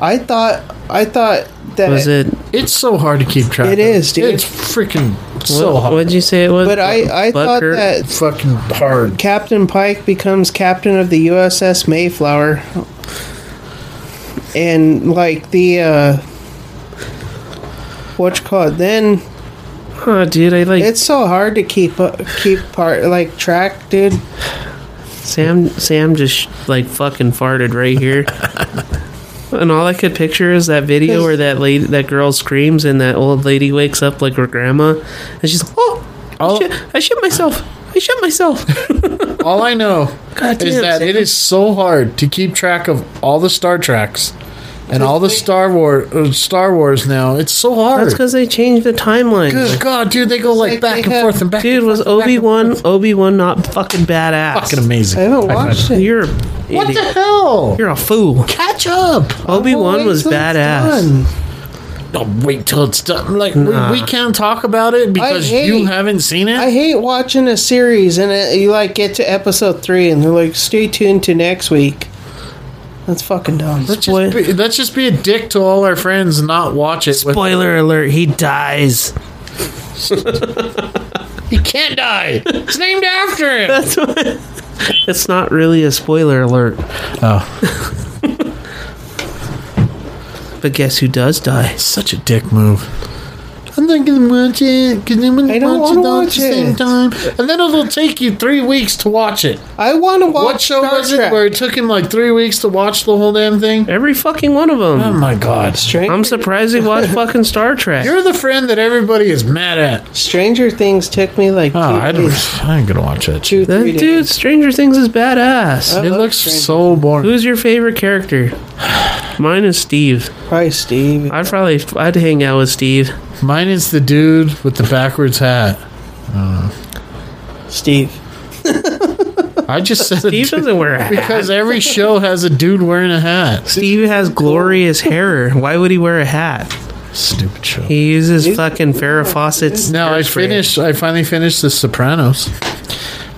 S10: I thought, I thought that
S9: Was it
S11: It's so hard to keep track.
S10: It
S11: of.
S10: is, dude.
S11: It's freaking so
S10: What-
S11: hard.
S10: what'd
S9: you say it was?
S10: But I, I thought that
S11: fucking hard.
S10: Captain Pike becomes captain of the USS Mayflower, and like the uh, what you call it? Then,
S9: oh, dude, I like.
S10: It's so hard to keep up, keep part like track, dude.
S9: Sam Sam just like fucking farted right here. And all I could picture is that video where that lady, that girl screams, and that old lady wakes up like her grandma, and she's like, "Oh, I, shit, I shit myself! I shit myself!"
S11: all I know
S9: God
S11: is
S9: damn,
S11: that it is so hard to keep track of all the Star Treks and all the Star War uh, Star Wars now. It's so hard.
S9: That's because they changed the timeline.
S11: Good God, dude, they go like, back and forth and back.
S9: Dude, was Obi Wan Obi Wan not fucking badass?
S11: Fucking amazing. I haven't watched it.
S9: You're
S11: What the hell?
S9: You're a fool.
S11: Catch up.
S9: Obi Wan was badass.
S11: Don't wait till it's done. Like
S9: Nah.
S11: we, we can't talk about it because
S10: I
S11: you
S10: hate-
S11: haven't seen it.
S10: I hate watching a series and it, you like get to episode three and they're like, "Stay tuned to next week." That's fucking dumb.
S11: Let's just, be, let's just be a dick to all our friends and not watch it.
S9: Spoiler alert: He dies.
S11: he can't die. It's named after him.
S9: That's what. It's not really a spoiler alert.
S11: Oh.
S9: but guess who does die?
S11: Such a dick move. I'm not gonna watch it because I'm gonna
S10: I don't
S11: watch it all
S10: wanna
S11: at the same time, and then it'll take you three weeks to watch it.
S10: I want to watch.
S11: What show
S10: Star
S11: was it
S10: Trek.
S11: where it took him like three weeks to watch the whole damn thing?
S9: Every fucking one of them.
S11: Oh my god!
S9: I'm surprised he watched fucking Star Trek.
S11: You're the friend that everybody is mad at.
S10: Stranger Things took me like.
S11: Oh, I,
S10: two days.
S11: don't, I ain't gonna watch that.
S10: Two,
S11: shit.
S10: three
S9: That
S10: days.
S9: dude, Stranger Things is badass.
S11: It looks so boring.
S9: Who's your favorite character? Mine is Steve.
S10: Probably Steve.
S9: I'd probably I'd hang out with Steve.
S11: Mine is the dude with the backwards hat. I
S10: Steve.
S11: don't know. I just said
S9: Steve doesn't wear a hat.
S11: because every show has a dude wearing a hat.
S9: Steve has glorious hair. Why would he wear a hat?
S11: Stupid show.
S9: He uses fucking Farrah Fawcett's.
S11: No, I
S9: hairspray.
S11: finished. I finally finished The Sopranos.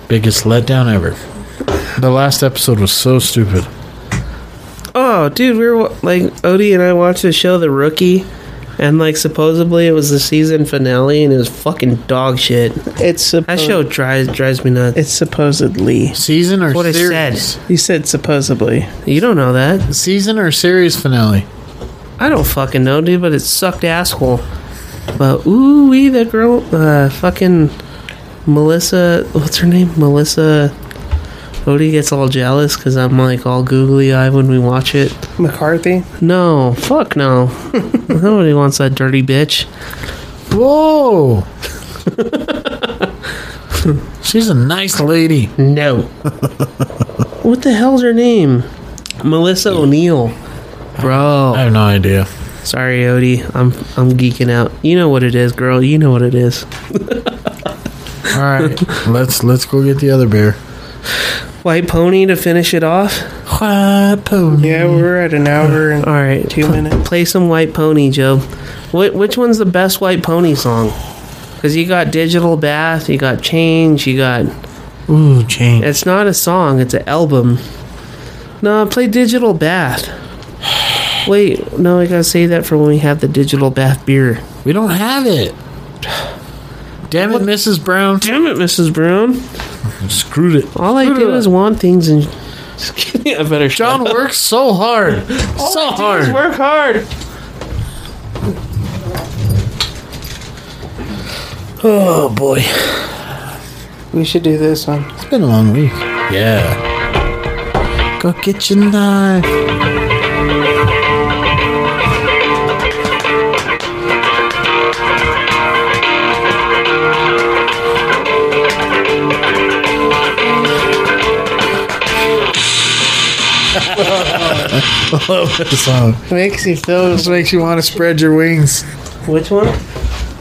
S11: Biggest letdown ever. The last episode was so stupid.
S9: Oh, dude, we were wa- like Odie and I watched the show The Rookie, and like supposedly it was the season finale, and it was fucking dog shit.
S10: It's
S9: that show drives drives me nuts.
S10: It's supposedly.
S11: Season or
S9: That's what I
S11: series?
S9: said.
S10: You said supposedly.
S9: You don't know that.
S11: Season or series finale?
S9: I don't fucking know, dude. But it sucked asshole. But ooh wee, that girl, uh, fucking Melissa. What's her name? Melissa. Odie gets all jealous because I'm like all googly eyed when we watch it.
S10: McCarthy.
S9: No, fuck no. Nobody wants that dirty bitch.
S11: Whoa! She's a nice lady.
S9: No. what the hell's her name? Melissa O'Neill. Bro.
S11: I have no idea.
S9: Sorry, Odie. I'm I'm geeking out. You know what it is, girl. You know what it is.
S11: All right, let's let's go get the other beer.
S9: White pony to finish it off.
S11: White pony.
S10: Yeah, we're at an hour and
S9: All right.
S10: two minutes.
S9: Play some white pony, Joe. What which one's the best white pony song? Cuz you got Digital Bath, you got Change, you got
S11: Ooh, change.
S9: It's not a song, it's an album. No, play Digital Bath. Wait, no, I gotta save that for when we have the Digital Bath beer.
S11: We don't have it. Damn it, Mrs. Brown.
S9: Damn Oh, it, Mrs. Brown.
S11: Screwed it.
S9: All I do is want things and. Just kidding, I better
S11: John works so hard. so hard.
S9: work hard.
S11: Oh boy.
S10: We should do this one.
S11: It's been a long week. Yeah. Go get your knife. I love that song.
S10: Makes you feel.
S11: This makes you want to spread your wings.
S9: Which one?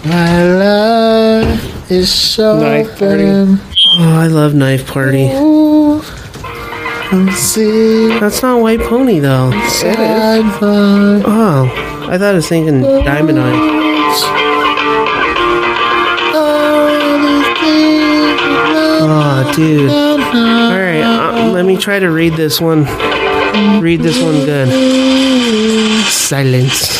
S11: My love is so
S10: Knife
S11: open.
S9: Oh, I love Knife Party.
S11: Ooh, I'm sick.
S9: That's not White Pony, though.
S11: Sideline.
S9: Oh, I thought I was thinking Diamond Eye. Oh, dude. Alright, uh, let me try to read this one. Read this one good. Silence.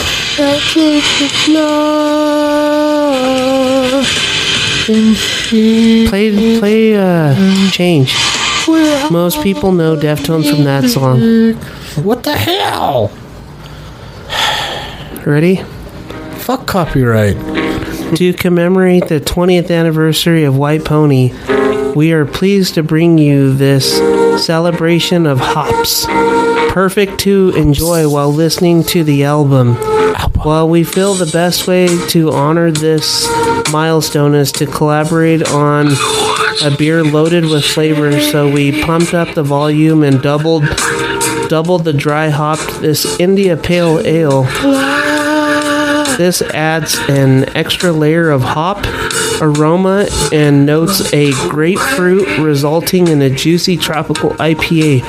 S9: Play, play, uh, change. Most people know Deftones from that song.
S11: What the hell?
S9: Ready?
S11: Fuck copyright.
S9: To commemorate the 20th anniversary of White Pony, we are pleased to bring you this celebration of hops. Perfect to enjoy while listening to the album. While we feel the best way to honor this milestone is to collaborate on a beer loaded with flavor, so we pumped up the volume and doubled doubled the dry hopped this India Pale Ale. This adds an extra layer of hop, aroma, and notes a grapefruit, resulting in a juicy tropical IPA.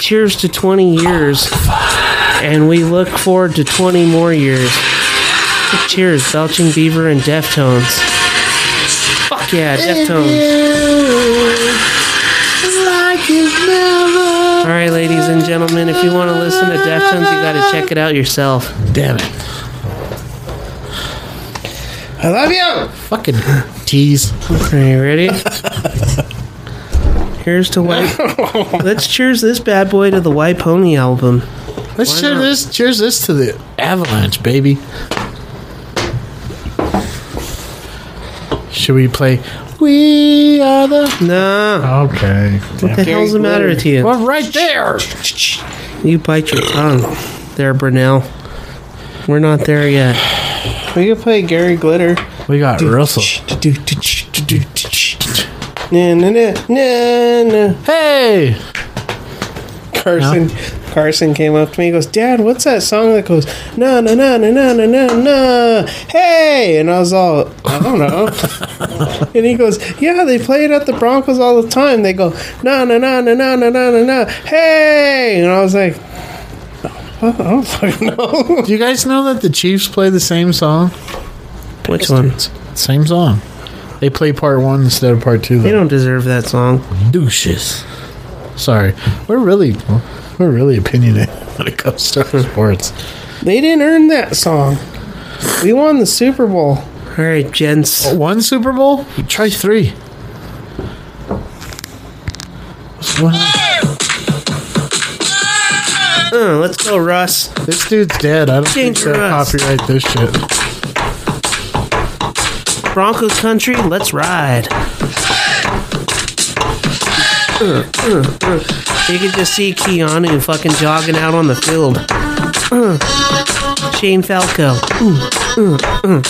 S9: Cheers to 20 years, and we look forward to 20 more years. Cheers, Belching Beaver and Deftones. Fuck yeah, Deftones. All right, ladies and gentlemen, if you want to listen to Deftones, you got to check it out yourself.
S11: Damn it.
S10: I love you.
S11: Fucking tease.
S9: Are you ready? Here's to white. Let's cheers this bad boy to the White Pony album.
S11: Let's
S9: Why
S11: cheer
S9: not?
S11: this. Cheers this to the Avalanche, baby. Should we play? We are the.
S9: No.
S11: Okay.
S9: What the hell's the matter with you?
S11: Well, right there.
S9: You bite your tongue, there, Brunel. We're not there yet.
S10: We could play Gary Glitter.
S11: We got Russell.
S10: Nah, nah, nah, nah, nah.
S11: Hey.
S10: Carson Carson came up to me. He goes, "Dad, what's that song that goes no no no no no no no no hey?" And I was all, "I don't know." and he goes, "Yeah, they play it at the Broncos all the time. They go no no no no no no no no no hey." And I was like, "I don't fucking know."
S11: Do you guys know that the Chiefs play the same song?
S9: Which one?
S11: Same song. They play part one instead of part two.
S9: You
S11: Though.
S9: don't deserve that song.
S11: douches. Sorry, we're really we're really opinionated when it comes to sports.
S10: they didn't earn that song. We won the Super Bowl.
S9: All right, gents.
S11: One Super Bowl? Try three. One-
S9: Uh, let's go, Russ.
S11: This dude's dead. I don't think they'll
S9: Dangerous.
S11: copyright this shit.
S9: Broncos country, let's ride. Uh, uh, uh. You can just see Keanu fucking jogging out on the field. Uh, Shane Falco. Uh, uh, uh.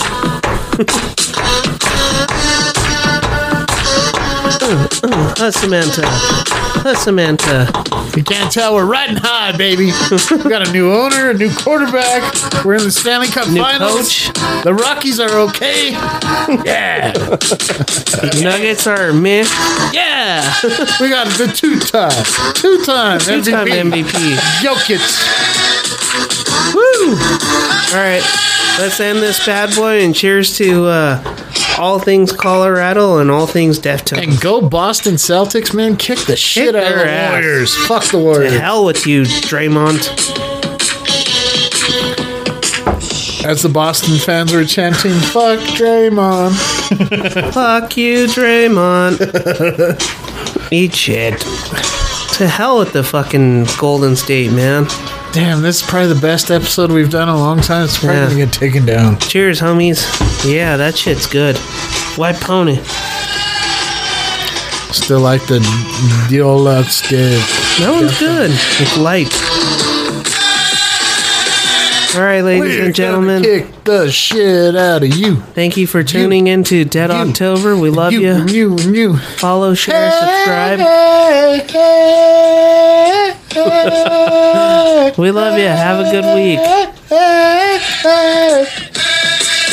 S9: Uh, uh, uh, Samantha. Uh, Samantha.
S11: You can't tell we're riding high, baby. we got a new owner, a new quarterback. We're in the Stanley Cup
S9: New
S11: Finals. The Rockies are okay. yeah,
S9: Nuggets are meh. Yeah.
S11: we got the two-time, two-time,
S9: Two-time MVP.
S11: Jokic.
S9: Woo! All right, let's end this bad boy and cheers to uh, all things Colorado and all things Deftones.
S11: And go Boston Celtics, man. Kick the shit out of
S9: their
S11: the
S9: ass.
S11: Warriors. Fuck the
S9: To
S11: Warriors.
S9: hell with you, Draymond.
S11: As the Boston fans were chanting, fuck Draymond.
S9: Fuck you, Draymond. Eat shit. To hell with the fucking Golden State, man.
S11: Damn, this is probably the best episode we've done in a long time. It's probably
S9: Yeah.
S11: going to get taken down.
S9: Cheers, homies. Yeah, that shit's good. White pony.
S11: Still like the Diola stick.
S9: That one's good. It's light. All right, ladies
S11: We're
S9: and gentlemen.
S11: gonna Kick the shit out of you.
S9: Thank you for tuning in to Dead October. We love
S11: You,
S9: you.
S11: and you, and you.
S9: Follow, share, subscribe.
S11: Hey, hey, hey,
S9: We love you. Have a good week.
S11: hey, hey.